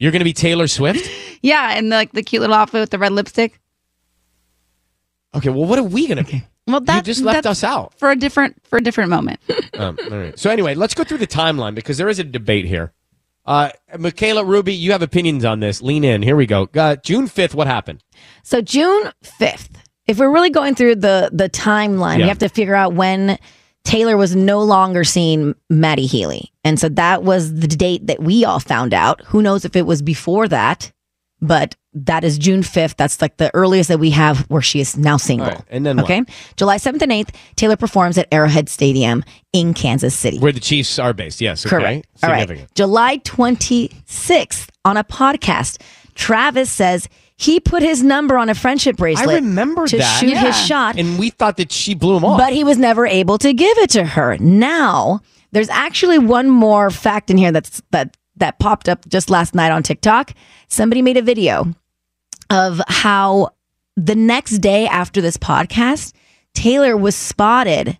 Speaker 2: You're going to be Taylor Swift?
Speaker 6: Yeah, and like the cute little outfit with the red lipstick.
Speaker 2: Okay, well, what are we going to be?
Speaker 6: Well, that
Speaker 2: just left us
Speaker 6: that's
Speaker 2: out.
Speaker 6: for a different for a different moment.
Speaker 2: Um, all right. So, anyway, let's go through the timeline because there is a debate here. Uh, Michaela Ruby, you have opinions on this. Lean in. Here we go. Uh, June 5th, what happened?
Speaker 5: So June fifth. If we're really going through the the timeline,
Speaker 2: Yeah.
Speaker 5: we have to figure out when Taylor was no longer seeing Maddie Healy, and so that was the date that we all found out. Who knows if it was before that, but that is June fifth. That's like the earliest that we have where she is now single.
Speaker 2: All right, and then what?
Speaker 5: okay, July seventh and eighth, Taylor performs at Arrowhead Stadium in Kansas City.
Speaker 2: Where the Chiefs are based. Yes. Okay.
Speaker 5: Correct. All
Speaker 2: Significant.
Speaker 5: right. July 26th on a podcast, Travis says he put his number on a friendship bracelet.
Speaker 2: I remember
Speaker 5: to
Speaker 2: that.
Speaker 5: shoot his shot,
Speaker 2: And we thought that she blew him off.
Speaker 5: but he was never able to give it to her. Now, there's actually one more fact in here that's that that popped up just last night on TikTok. Somebody made a video of how the next day after this podcast, Taylor was spotted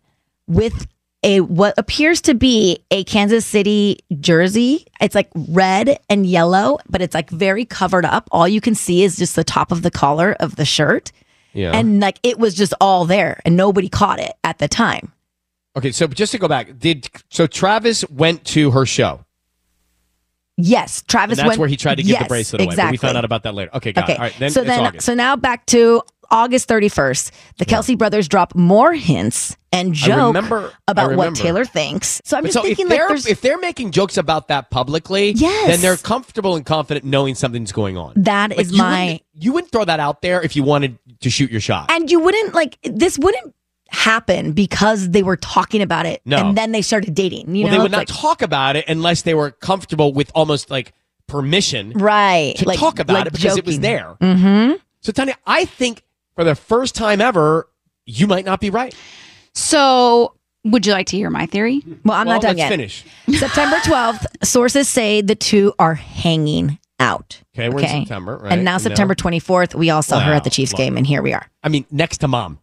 Speaker 5: with a what appears to be a Kansas City jersey. It's like red and yellow, but it's like very covered up. All you can see is just the top of the collar of the shirt.
Speaker 2: Yeah.
Speaker 5: And like it was just all there and nobody caught it at the time.
Speaker 2: Okay, so just to go back, did so Travis went to her show.
Speaker 5: Yes, Travis
Speaker 2: And that's
Speaker 5: went-
Speaker 2: where he tried to give
Speaker 5: Yes,
Speaker 2: the bracelet away. But we
Speaker 5: exactly.
Speaker 2: found out about that later. Okay, got it. All right, then
Speaker 5: so
Speaker 2: it's
Speaker 5: then
Speaker 2: August.
Speaker 5: so now back to August 31st. The Kelsey brothers drop more hints and joke
Speaker 2: remember- I
Speaker 5: about what
Speaker 2: remember.
Speaker 5: Taylor thinks. So I'm
Speaker 2: But
Speaker 5: just
Speaker 2: so
Speaker 5: thinking
Speaker 2: if
Speaker 5: like
Speaker 2: they're
Speaker 5: there's
Speaker 2: if they're making jokes about that publicly,
Speaker 5: Yes.
Speaker 2: then they're comfortable and confident knowing something's going on.
Speaker 5: That
Speaker 2: That is
Speaker 5: is
Speaker 2: you
Speaker 5: my-
Speaker 2: wouldn't, you wouldn't throw that out there if you wanted to shoot your shot.
Speaker 5: and you wouldn't like this wouldn't happen because they were talking about it
Speaker 2: No.
Speaker 5: and then they started dating. You
Speaker 2: well,
Speaker 5: know,
Speaker 2: they would
Speaker 5: It's
Speaker 2: not
Speaker 5: like-
Speaker 2: talk about it unless they were comfortable with almost like permission
Speaker 5: right
Speaker 2: to talk about it because it was there.
Speaker 5: Mm-hmm.
Speaker 2: So Tanya, I think for the first time ever, you might not be right.
Speaker 6: So, would you like to hear my theory?
Speaker 5: Well, I'm
Speaker 2: Well,
Speaker 5: not done
Speaker 2: let's
Speaker 5: yet.
Speaker 2: finish.
Speaker 5: September 12th, sources say the two are hanging out.
Speaker 2: Okay, we're in September, right?
Speaker 5: And now
Speaker 2: And
Speaker 5: September 24th, we all saw her at the
Speaker 2: Wow,
Speaker 5: Chiefs
Speaker 2: look.
Speaker 5: game, and here we are.
Speaker 2: I mean, next to mom.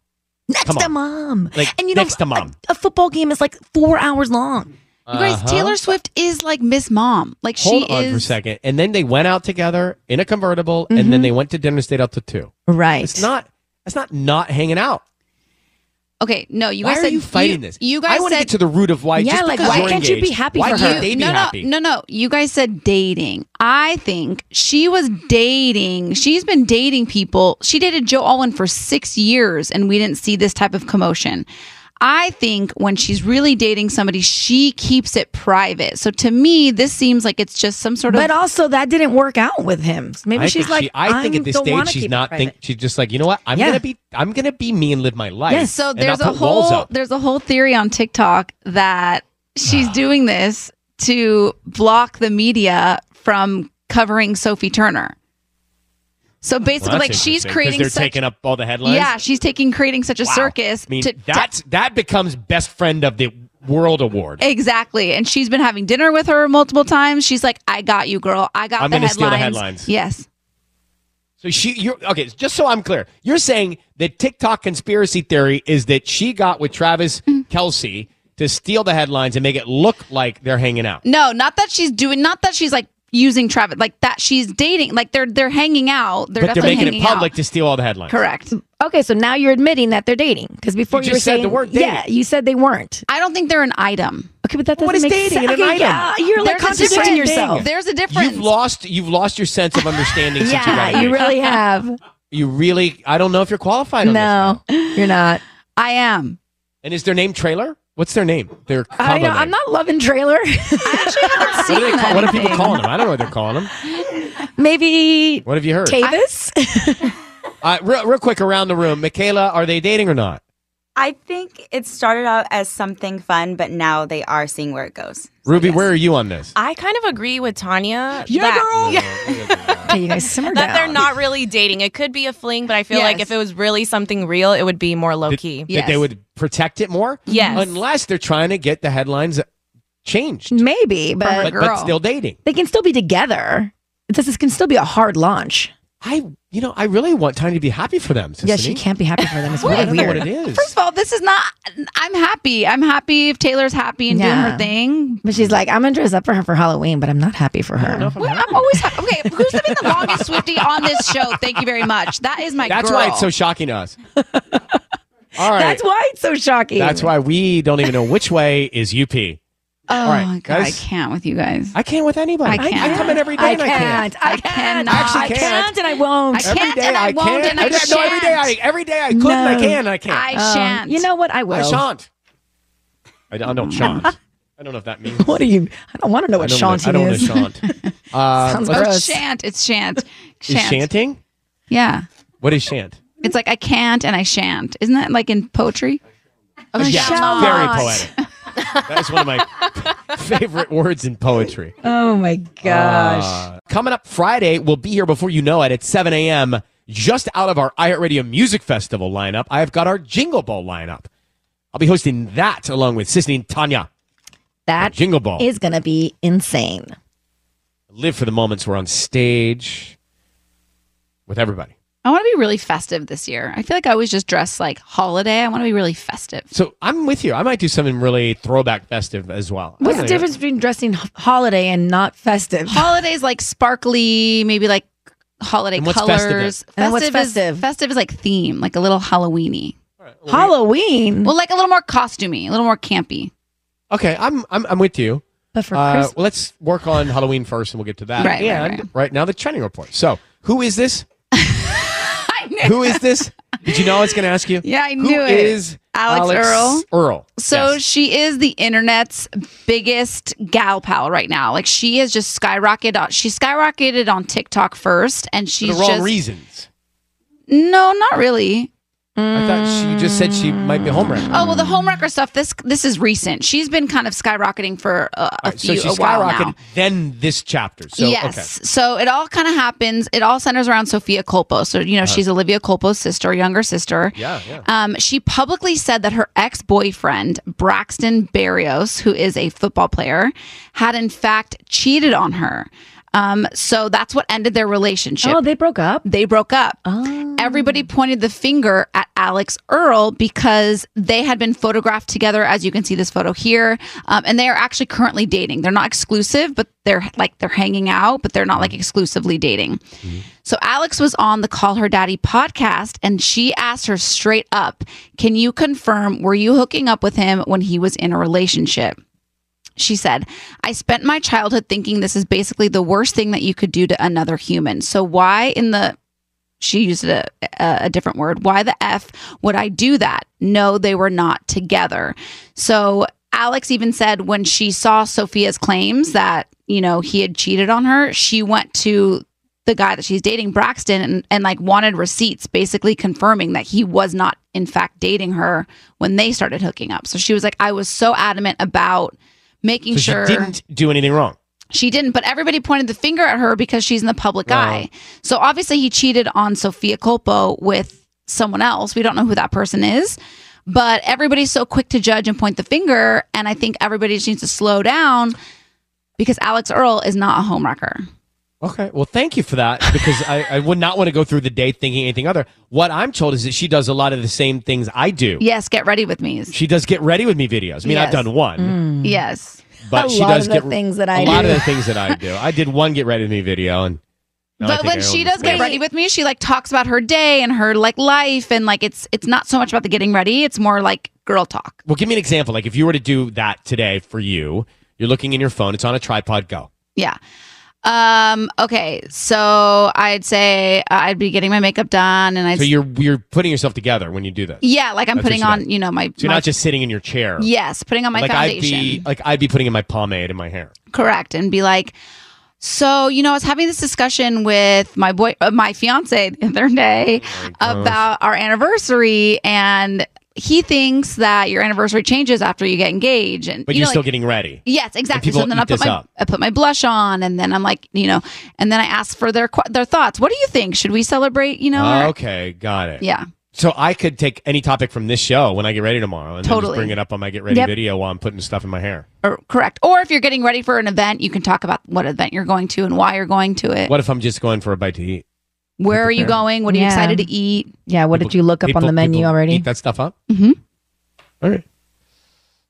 Speaker 5: Next
Speaker 2: Come
Speaker 5: to
Speaker 2: on.
Speaker 5: mom.
Speaker 2: Like
Speaker 5: and you know,
Speaker 2: next to mom.
Speaker 5: a football game is like four hours long.
Speaker 6: You guys,
Speaker 2: Uh-huh.
Speaker 6: Taylor Swift is like Miss Mom. Like
Speaker 2: Hold
Speaker 6: she
Speaker 2: on for a
Speaker 6: is.
Speaker 2: second. And then they went out together in a convertible, and then they went to dinner, stayed out till two.
Speaker 5: Mm-hmm. Right.
Speaker 2: It's not. That's not not hanging out.
Speaker 6: Okay, no, you
Speaker 2: why
Speaker 6: guys
Speaker 2: are
Speaker 6: said
Speaker 2: you fighting this?
Speaker 6: You guys
Speaker 2: I want
Speaker 6: said
Speaker 2: to get to the root of why.
Speaker 5: Yeah,
Speaker 2: just
Speaker 5: like,
Speaker 2: because
Speaker 5: why
Speaker 2: you're
Speaker 5: can't you be
Speaker 2: engaged,
Speaker 5: happy
Speaker 2: why
Speaker 5: for
Speaker 2: can't
Speaker 5: her?
Speaker 2: They be
Speaker 6: no,
Speaker 2: happy.
Speaker 6: no, no, no. You guys said dating. I think she was dating. She's been dating people. She dated Joe Alwyn for six years, and we didn't see this type of commotion. I think when she's really dating somebody, she keeps it private. So to me, this seems like it's just some sort
Speaker 5: But
Speaker 6: of.
Speaker 5: also, that didn't work out with him. Maybe
Speaker 2: I
Speaker 5: she's
Speaker 2: think
Speaker 5: like,
Speaker 2: she- I think at this
Speaker 5: don't
Speaker 2: stage
Speaker 5: wanna keep
Speaker 2: she's
Speaker 5: it
Speaker 2: not
Speaker 5: private.
Speaker 2: think she's just like you know what I'm
Speaker 5: Yeah.
Speaker 2: gonna be I'm gonna be me and live my life.
Speaker 6: Yeah, so
Speaker 2: and
Speaker 6: there's
Speaker 2: not
Speaker 6: a
Speaker 2: put walls
Speaker 6: whole
Speaker 2: up.
Speaker 6: there's a whole theory on TikTok that she's doing this to block the media from covering Sophie Turner. So basically,
Speaker 2: Well,
Speaker 6: like
Speaker 2: that's
Speaker 6: she's
Speaker 2: interesting, 'cause
Speaker 6: creating
Speaker 2: They're
Speaker 6: such
Speaker 2: taking up all the headlines.
Speaker 6: yeah, she's taking creating such a
Speaker 2: Wow.
Speaker 6: circus
Speaker 2: I mean,
Speaker 6: to
Speaker 2: that's that becomes best friend of the world award.
Speaker 6: Exactly. And she's been having dinner with her multiple times. She's like, I got you, girl. I got
Speaker 2: I'm
Speaker 6: the
Speaker 2: gonna
Speaker 6: headlines.
Speaker 2: steal the headlines.
Speaker 6: Yes.
Speaker 2: So she, you're okay. Just so I'm clear, you're saying the TikTok conspiracy theory is that she got with Travis
Speaker 6: Mm-hmm.
Speaker 2: Kelsey to steal the headlines and make it look like they're hanging out.
Speaker 6: No, not that she's doing not that she's like using Travis, like that she's dating. Like they're they're hanging out. They're
Speaker 2: but they're
Speaker 6: definitely
Speaker 2: making it
Speaker 6: hanging
Speaker 2: public to steal all the headlines.
Speaker 6: out. Correct.
Speaker 5: Okay, so now you're admitting that they're dating because before you,
Speaker 2: just
Speaker 5: were
Speaker 2: said
Speaker 5: saying
Speaker 2: the word
Speaker 5: yeah,
Speaker 2: dating.
Speaker 5: you said they weren't.
Speaker 6: I don't think they're an item.
Speaker 5: Okay, but that doesn't
Speaker 2: What is
Speaker 5: make
Speaker 2: dating
Speaker 5: sense.
Speaker 2: in an
Speaker 5: okay,
Speaker 2: item?
Speaker 5: yeah, you're like
Speaker 6: There's a
Speaker 5: contradicting
Speaker 6: difference.
Speaker 5: yourself.
Speaker 6: There's a difference.
Speaker 2: You've lost. You've lost your sense of understanding. since you,
Speaker 5: yeah,
Speaker 2: got
Speaker 5: you
Speaker 2: engaged.
Speaker 5: really have.
Speaker 2: You really. I don't know if you're qualified on this.
Speaker 5: No, you're not.
Speaker 6: I am.
Speaker 2: And is their name Trailer? What's their name? Their combo
Speaker 5: I know, I'm
Speaker 2: name.
Speaker 5: not loving trailer.
Speaker 2: What do they call- what are people calling them? I don't know what they're calling them.
Speaker 5: Maybe
Speaker 2: What have you heard?
Speaker 5: Tavis.
Speaker 2: Uh, real, real quick around the room, Michaela, are they dating or not?
Speaker 13: I think it started out as something fun, but now they are seeing where it goes.
Speaker 2: Ruby, where are you on this?
Speaker 4: I kind of agree with Tanya.
Speaker 2: Yeah,
Speaker 4: that,
Speaker 5: Hey, you guys simmer
Speaker 4: that they're
Speaker 5: down.
Speaker 4: not really dating. It could be a fling, but I feel like
Speaker 5: Yes.
Speaker 4: if it was really something real, it would be more low key.
Speaker 2: That they would protect it more?
Speaker 4: Yes.
Speaker 2: Unless they're trying to get the headlines changed.
Speaker 5: Maybe, but,
Speaker 2: But, but still dating.
Speaker 5: they can still be together. This, this can still be a hard launch.
Speaker 2: I, you know, I really want Tanya to be happy for them.
Speaker 5: Yeah, she can't be happy for them. It's
Speaker 2: I
Speaker 5: really
Speaker 2: don't know
Speaker 5: weird.
Speaker 2: what it is.
Speaker 6: First of all, this is not I'm happy. I'm happy if Taylor's happy and doing her
Speaker 5: Yeah.
Speaker 6: thing.
Speaker 5: But she's like, I'm gonna dress up for her for Halloween, but I'm not happy for her.
Speaker 6: Well, I'm always happy. Okay, who's been the longest Swifty on this show? Thank you very much. That is my
Speaker 2: That's
Speaker 6: girl.
Speaker 2: why it's so shocking to us. all right.
Speaker 5: That's why it's so shocking.
Speaker 2: That's why we don't even know which way is UP.
Speaker 6: Oh
Speaker 2: All right,
Speaker 6: my god,
Speaker 2: guys.
Speaker 6: I can't with you guys.
Speaker 2: I can't with anybody.
Speaker 6: I can't.
Speaker 2: I come in every day
Speaker 5: I
Speaker 2: and I can't.
Speaker 5: can't. I can't.
Speaker 6: cannot.
Speaker 2: actually
Speaker 5: I
Speaker 2: can't.
Speaker 5: can't, and I won't.
Speaker 6: I
Speaker 2: Every
Speaker 6: can't
Speaker 2: day
Speaker 6: and I, won't
Speaker 2: can't.
Speaker 6: and I,
Speaker 2: Every- no, every day I
Speaker 6: shan't.
Speaker 2: every day I could and I
Speaker 5: No.
Speaker 2: can and I can't.
Speaker 6: I
Speaker 5: Um,
Speaker 6: shan't.
Speaker 5: You know what? I will.
Speaker 2: I shan't. I don't, I don't shan't. I don't know if that means.
Speaker 5: What are you? I don't want to know
Speaker 2: I
Speaker 5: what
Speaker 2: don't wanna-
Speaker 5: shanting
Speaker 2: I don't
Speaker 5: is.
Speaker 2: want to shant. Uh,
Speaker 5: Sounds
Speaker 2: let's-
Speaker 6: Or
Speaker 5: gross.
Speaker 6: Oh, shan't. It's shan't.
Speaker 2: Is
Speaker 6: Shan't.
Speaker 2: shanting?
Speaker 6: Yeah.
Speaker 2: What is shant?
Speaker 6: It's like I can't and I shan't. Isn't that like in poetry?
Speaker 5: Oh,
Speaker 2: yeah, it's
Speaker 5: shan't.
Speaker 2: very poetic. that is one of my favorite words in poetry.
Speaker 5: Oh my gosh.
Speaker 2: Uh, coming up Friday, we'll be here before you know it at 7 a.m. Just out of our iHeartRadio Music Festival lineup, I've got our Jingle Ball lineup. I'll be hosting that along with Sisney and Tanya.
Speaker 5: that
Speaker 2: Jingle Ball.
Speaker 5: is gonna be insane.
Speaker 2: Live for the moments we're on stage with everybody.
Speaker 6: I want to be really festive this year. I feel like I always just dress like holiday. I want to be really festive.
Speaker 2: So I'm with you. I might do something really throwback festive as well.
Speaker 5: What's
Speaker 2: I
Speaker 5: the
Speaker 2: don't know.
Speaker 5: difference between dressing h- holiday and not festive?
Speaker 6: Holidays like sparkly, maybe like holiday
Speaker 2: And what's
Speaker 6: colors.
Speaker 2: festive then?
Speaker 5: And then what's
Speaker 6: Is,
Speaker 5: festive?
Speaker 6: festive is like theme, like a little Halloweeny.
Speaker 5: Halloween.
Speaker 6: Well, like a little more costumey, a little more campy.
Speaker 2: Okay, I'm I'm, I'm with you.
Speaker 5: but for
Speaker 2: Uh,
Speaker 5: Christmas.
Speaker 2: well, let's work on Halloween first, and we'll get to that.
Speaker 6: Right, right,
Speaker 2: and right, now, the trending report. So, who is this? Who is this? Did you know I was going to ask you?
Speaker 6: Yeah, I
Speaker 2: Who
Speaker 6: knew it.
Speaker 2: is
Speaker 6: Alex Earl?
Speaker 2: Earl.
Speaker 6: So
Speaker 2: Yes.
Speaker 6: she is the internet's biggest gal pal right now. Like she is just skyrocketed. On, she skyrocketed on TikTok first, and
Speaker 2: for
Speaker 6: she's
Speaker 2: the wrong
Speaker 6: just
Speaker 2: reasons.
Speaker 6: no, not really.
Speaker 2: I thought she just said she might be a home wrecker.
Speaker 6: Oh well, the homewrecker stuff. This this is recent. She's been kind of skyrocketing for a, a
Speaker 2: All right, so
Speaker 6: few
Speaker 2: she
Speaker 6: a while
Speaker 2: skyrocketed.
Speaker 6: now.
Speaker 2: Then this chapter. So
Speaker 6: yes.
Speaker 2: okay.
Speaker 6: So it all kind of happens. It all centers around Sophia Colpo. So you know she's Olivia Colpo's sister, younger sister.
Speaker 2: Uh-huh. Yeah, yeah.
Speaker 6: Um, she publicly said that her ex boyfriend, Braxton Barrios, who is a football player, had in fact cheated on her. Um, so that's what ended their relationship.
Speaker 5: oh, they broke up.
Speaker 6: they broke up.
Speaker 5: Oh.
Speaker 6: Everybody pointed the finger at Alex Earl because they had been photographed together, as you can see this photo here, um, and they are actually currently dating. They're not exclusive, but they're like they're hanging out, but they're not like exclusively dating. So Alex was on the Call Her Daddy podcast, and she asked her straight up, "Can you confirm were you hooking up with him when he was in a relationship?" She said, I spent my childhood thinking this is basically the worst thing that you could do to another human. So, why in the she used a, a, a different word. Why the F would I do that? No, they were not together. So Alex even said when she saw Sophia's claims that, you know, he had cheated on her, she went to the guy that she's dating, Braxton, and, and like wanted receipts, basically confirming that he was not, in fact, dating her when they started hooking up. So she was like, I was so adamant about making
Speaker 2: So
Speaker 6: sure
Speaker 2: she didn't do anything wrong.
Speaker 6: she didn't, but everybody pointed the finger at her because she's in the public eye. So obviously he cheated on Sophia Colpo with someone else. We don't know who that person is, but everybody's so quick to judge and point the finger. And I think everybody just needs to slow down because Alex Earl is not a homewrecker.
Speaker 2: Okay. Well, thank you for that because I, I would not want to go through the day thinking anything other. What I'm told is that she does a lot of the same things I do.
Speaker 6: Yes, get ready with me.
Speaker 2: She Hmm. does get ready with me videos. I mean, I've
Speaker 6: Yes.
Speaker 2: done one.
Speaker 6: Yes.
Speaker 2: But
Speaker 6: A
Speaker 2: she
Speaker 6: lot
Speaker 2: does
Speaker 6: of the
Speaker 2: get re-
Speaker 6: things that I
Speaker 2: a lot
Speaker 6: do.
Speaker 2: of the things that I do. I did one get ready with me video, and now I
Speaker 6: but
Speaker 2: think
Speaker 6: when
Speaker 2: I
Speaker 6: she
Speaker 2: own
Speaker 6: does
Speaker 2: it.
Speaker 6: get ready with me, she like talks about her day and her like life and like it's it's not so much about the getting ready, it's more like girl talk.
Speaker 2: well, give me an example. Like if you were to do that today for you, you're looking in your phone. It's on a tripod. Go.
Speaker 6: Yeah. Um okay, so I'd say uh, I'd be getting my makeup done and I
Speaker 2: so you're you're putting yourself together when you do this.
Speaker 6: Yeah, like I'm
Speaker 2: That's what
Speaker 6: putting
Speaker 2: she does.
Speaker 6: on, you know, my,
Speaker 2: So you're
Speaker 6: my-
Speaker 2: not just sitting in your chair.
Speaker 6: Yes, putting on my
Speaker 2: like
Speaker 6: foundation.
Speaker 2: I'd be like I'd be putting in my pomade and my hair.
Speaker 6: correct and be like so you know i was having this discussion with my boy uh, my fiance the other day
Speaker 2: Oh
Speaker 6: about our anniversary and he thinks that your anniversary changes after you get engaged and
Speaker 2: But
Speaker 6: you
Speaker 2: you're
Speaker 6: know,
Speaker 2: still
Speaker 6: like-
Speaker 2: getting ready.
Speaker 6: Yes, exactly.
Speaker 2: people
Speaker 6: so then
Speaker 2: eat
Speaker 6: I put
Speaker 2: this
Speaker 6: my
Speaker 2: up.
Speaker 6: I put my blush on, and then I'm like, you know, and then I ask for their qu- their thoughts. What do you think? Should we celebrate? You know, or-
Speaker 2: okay, got it.
Speaker 6: yeah,
Speaker 2: So I could take any topic from this show when I get ready tomorrow and then
Speaker 6: Totally.
Speaker 2: just bring it up on my get ready
Speaker 6: Yep.
Speaker 2: video while I'm putting stuff in my hair.
Speaker 6: or correct. Or if you're getting ready for an event, you can talk about what event you're going to and why you're going to it.
Speaker 2: What if I'm just going for a bite to eat?
Speaker 6: Where are you going? What are you
Speaker 5: Yeah.
Speaker 6: excited to eat?
Speaker 5: Yeah, what did you look up on
Speaker 2: People-
Speaker 5: the menu
Speaker 2: people
Speaker 5: already?
Speaker 2: Eat that stuff up.
Speaker 6: Mm-hmm.
Speaker 2: All right.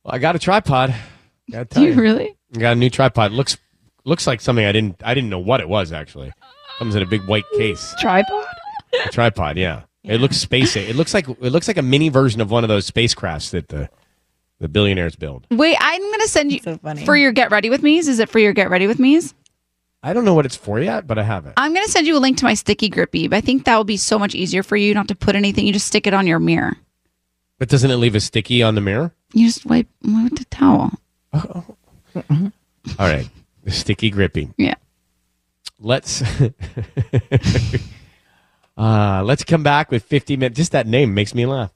Speaker 2: Well, I got a tripod. Gotta tell you,
Speaker 6: really?
Speaker 2: I got a new tripod. Looks looks like something I didn't I didn't know what it was actually. Comes in a big white case.
Speaker 11: Tripod?
Speaker 2: A tripod, yeah. It looks spacey. It looks like it looks like a mini version of one of those spacecrafts that the the billionaires build.
Speaker 6: Wait, I'm gonna send you for your get ready with me's. Is it for your get ready with me's?
Speaker 2: I don't know what it's for yet, but I have it.
Speaker 6: I'm gonna send you a link to my sticky grippy. But I think that will be so much easier for you not to put anything. You just stick it on your mirror.
Speaker 2: But doesn't it leave a sticky on the mirror?
Speaker 6: You just wipe with the towel.
Speaker 2: All right. The sticky grippy.
Speaker 6: Yeah.
Speaker 2: Let's uh let's come back with 50 minutes. Just that name makes me laugh.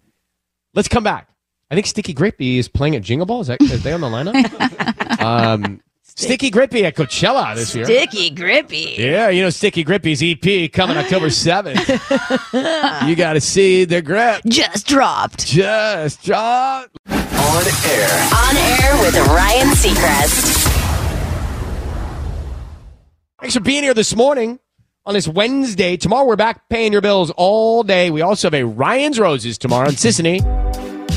Speaker 2: Let's come back. I think Sticky Grippy is playing at Jingle Ball. Is, that, is they on the lineup? um, Sticky Grippy at Coachella this year.
Speaker 5: Sticky grippy.
Speaker 2: Yeah, you know Sticky Grippy's EP coming October 7th. you got to see the grip.
Speaker 5: Just dropped.
Speaker 2: Just dropped.
Speaker 3: On air.
Speaker 1: On air with Ryan Seacrest.
Speaker 2: Thanks for being here this morning on this Wednesday. Tomorrow we're back paying your bills all day. We also have a Ryan's Roses tomorrow, and Sissany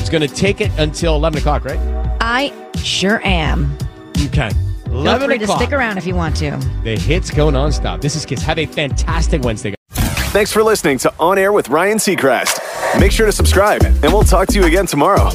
Speaker 2: is going to take it until 11 o'clock, right?
Speaker 5: I sure am.
Speaker 2: Okay.
Speaker 5: Feel
Speaker 2: 11
Speaker 5: free to
Speaker 2: o'clock.
Speaker 5: stick around if you want to.
Speaker 2: The hits go nonstop. This is Kiss. Have a fantastic Wednesday. guys.
Speaker 14: Thanks for listening to On Air with Ryan Seacrest. Make sure to subscribe, and we'll talk to you again tomorrow.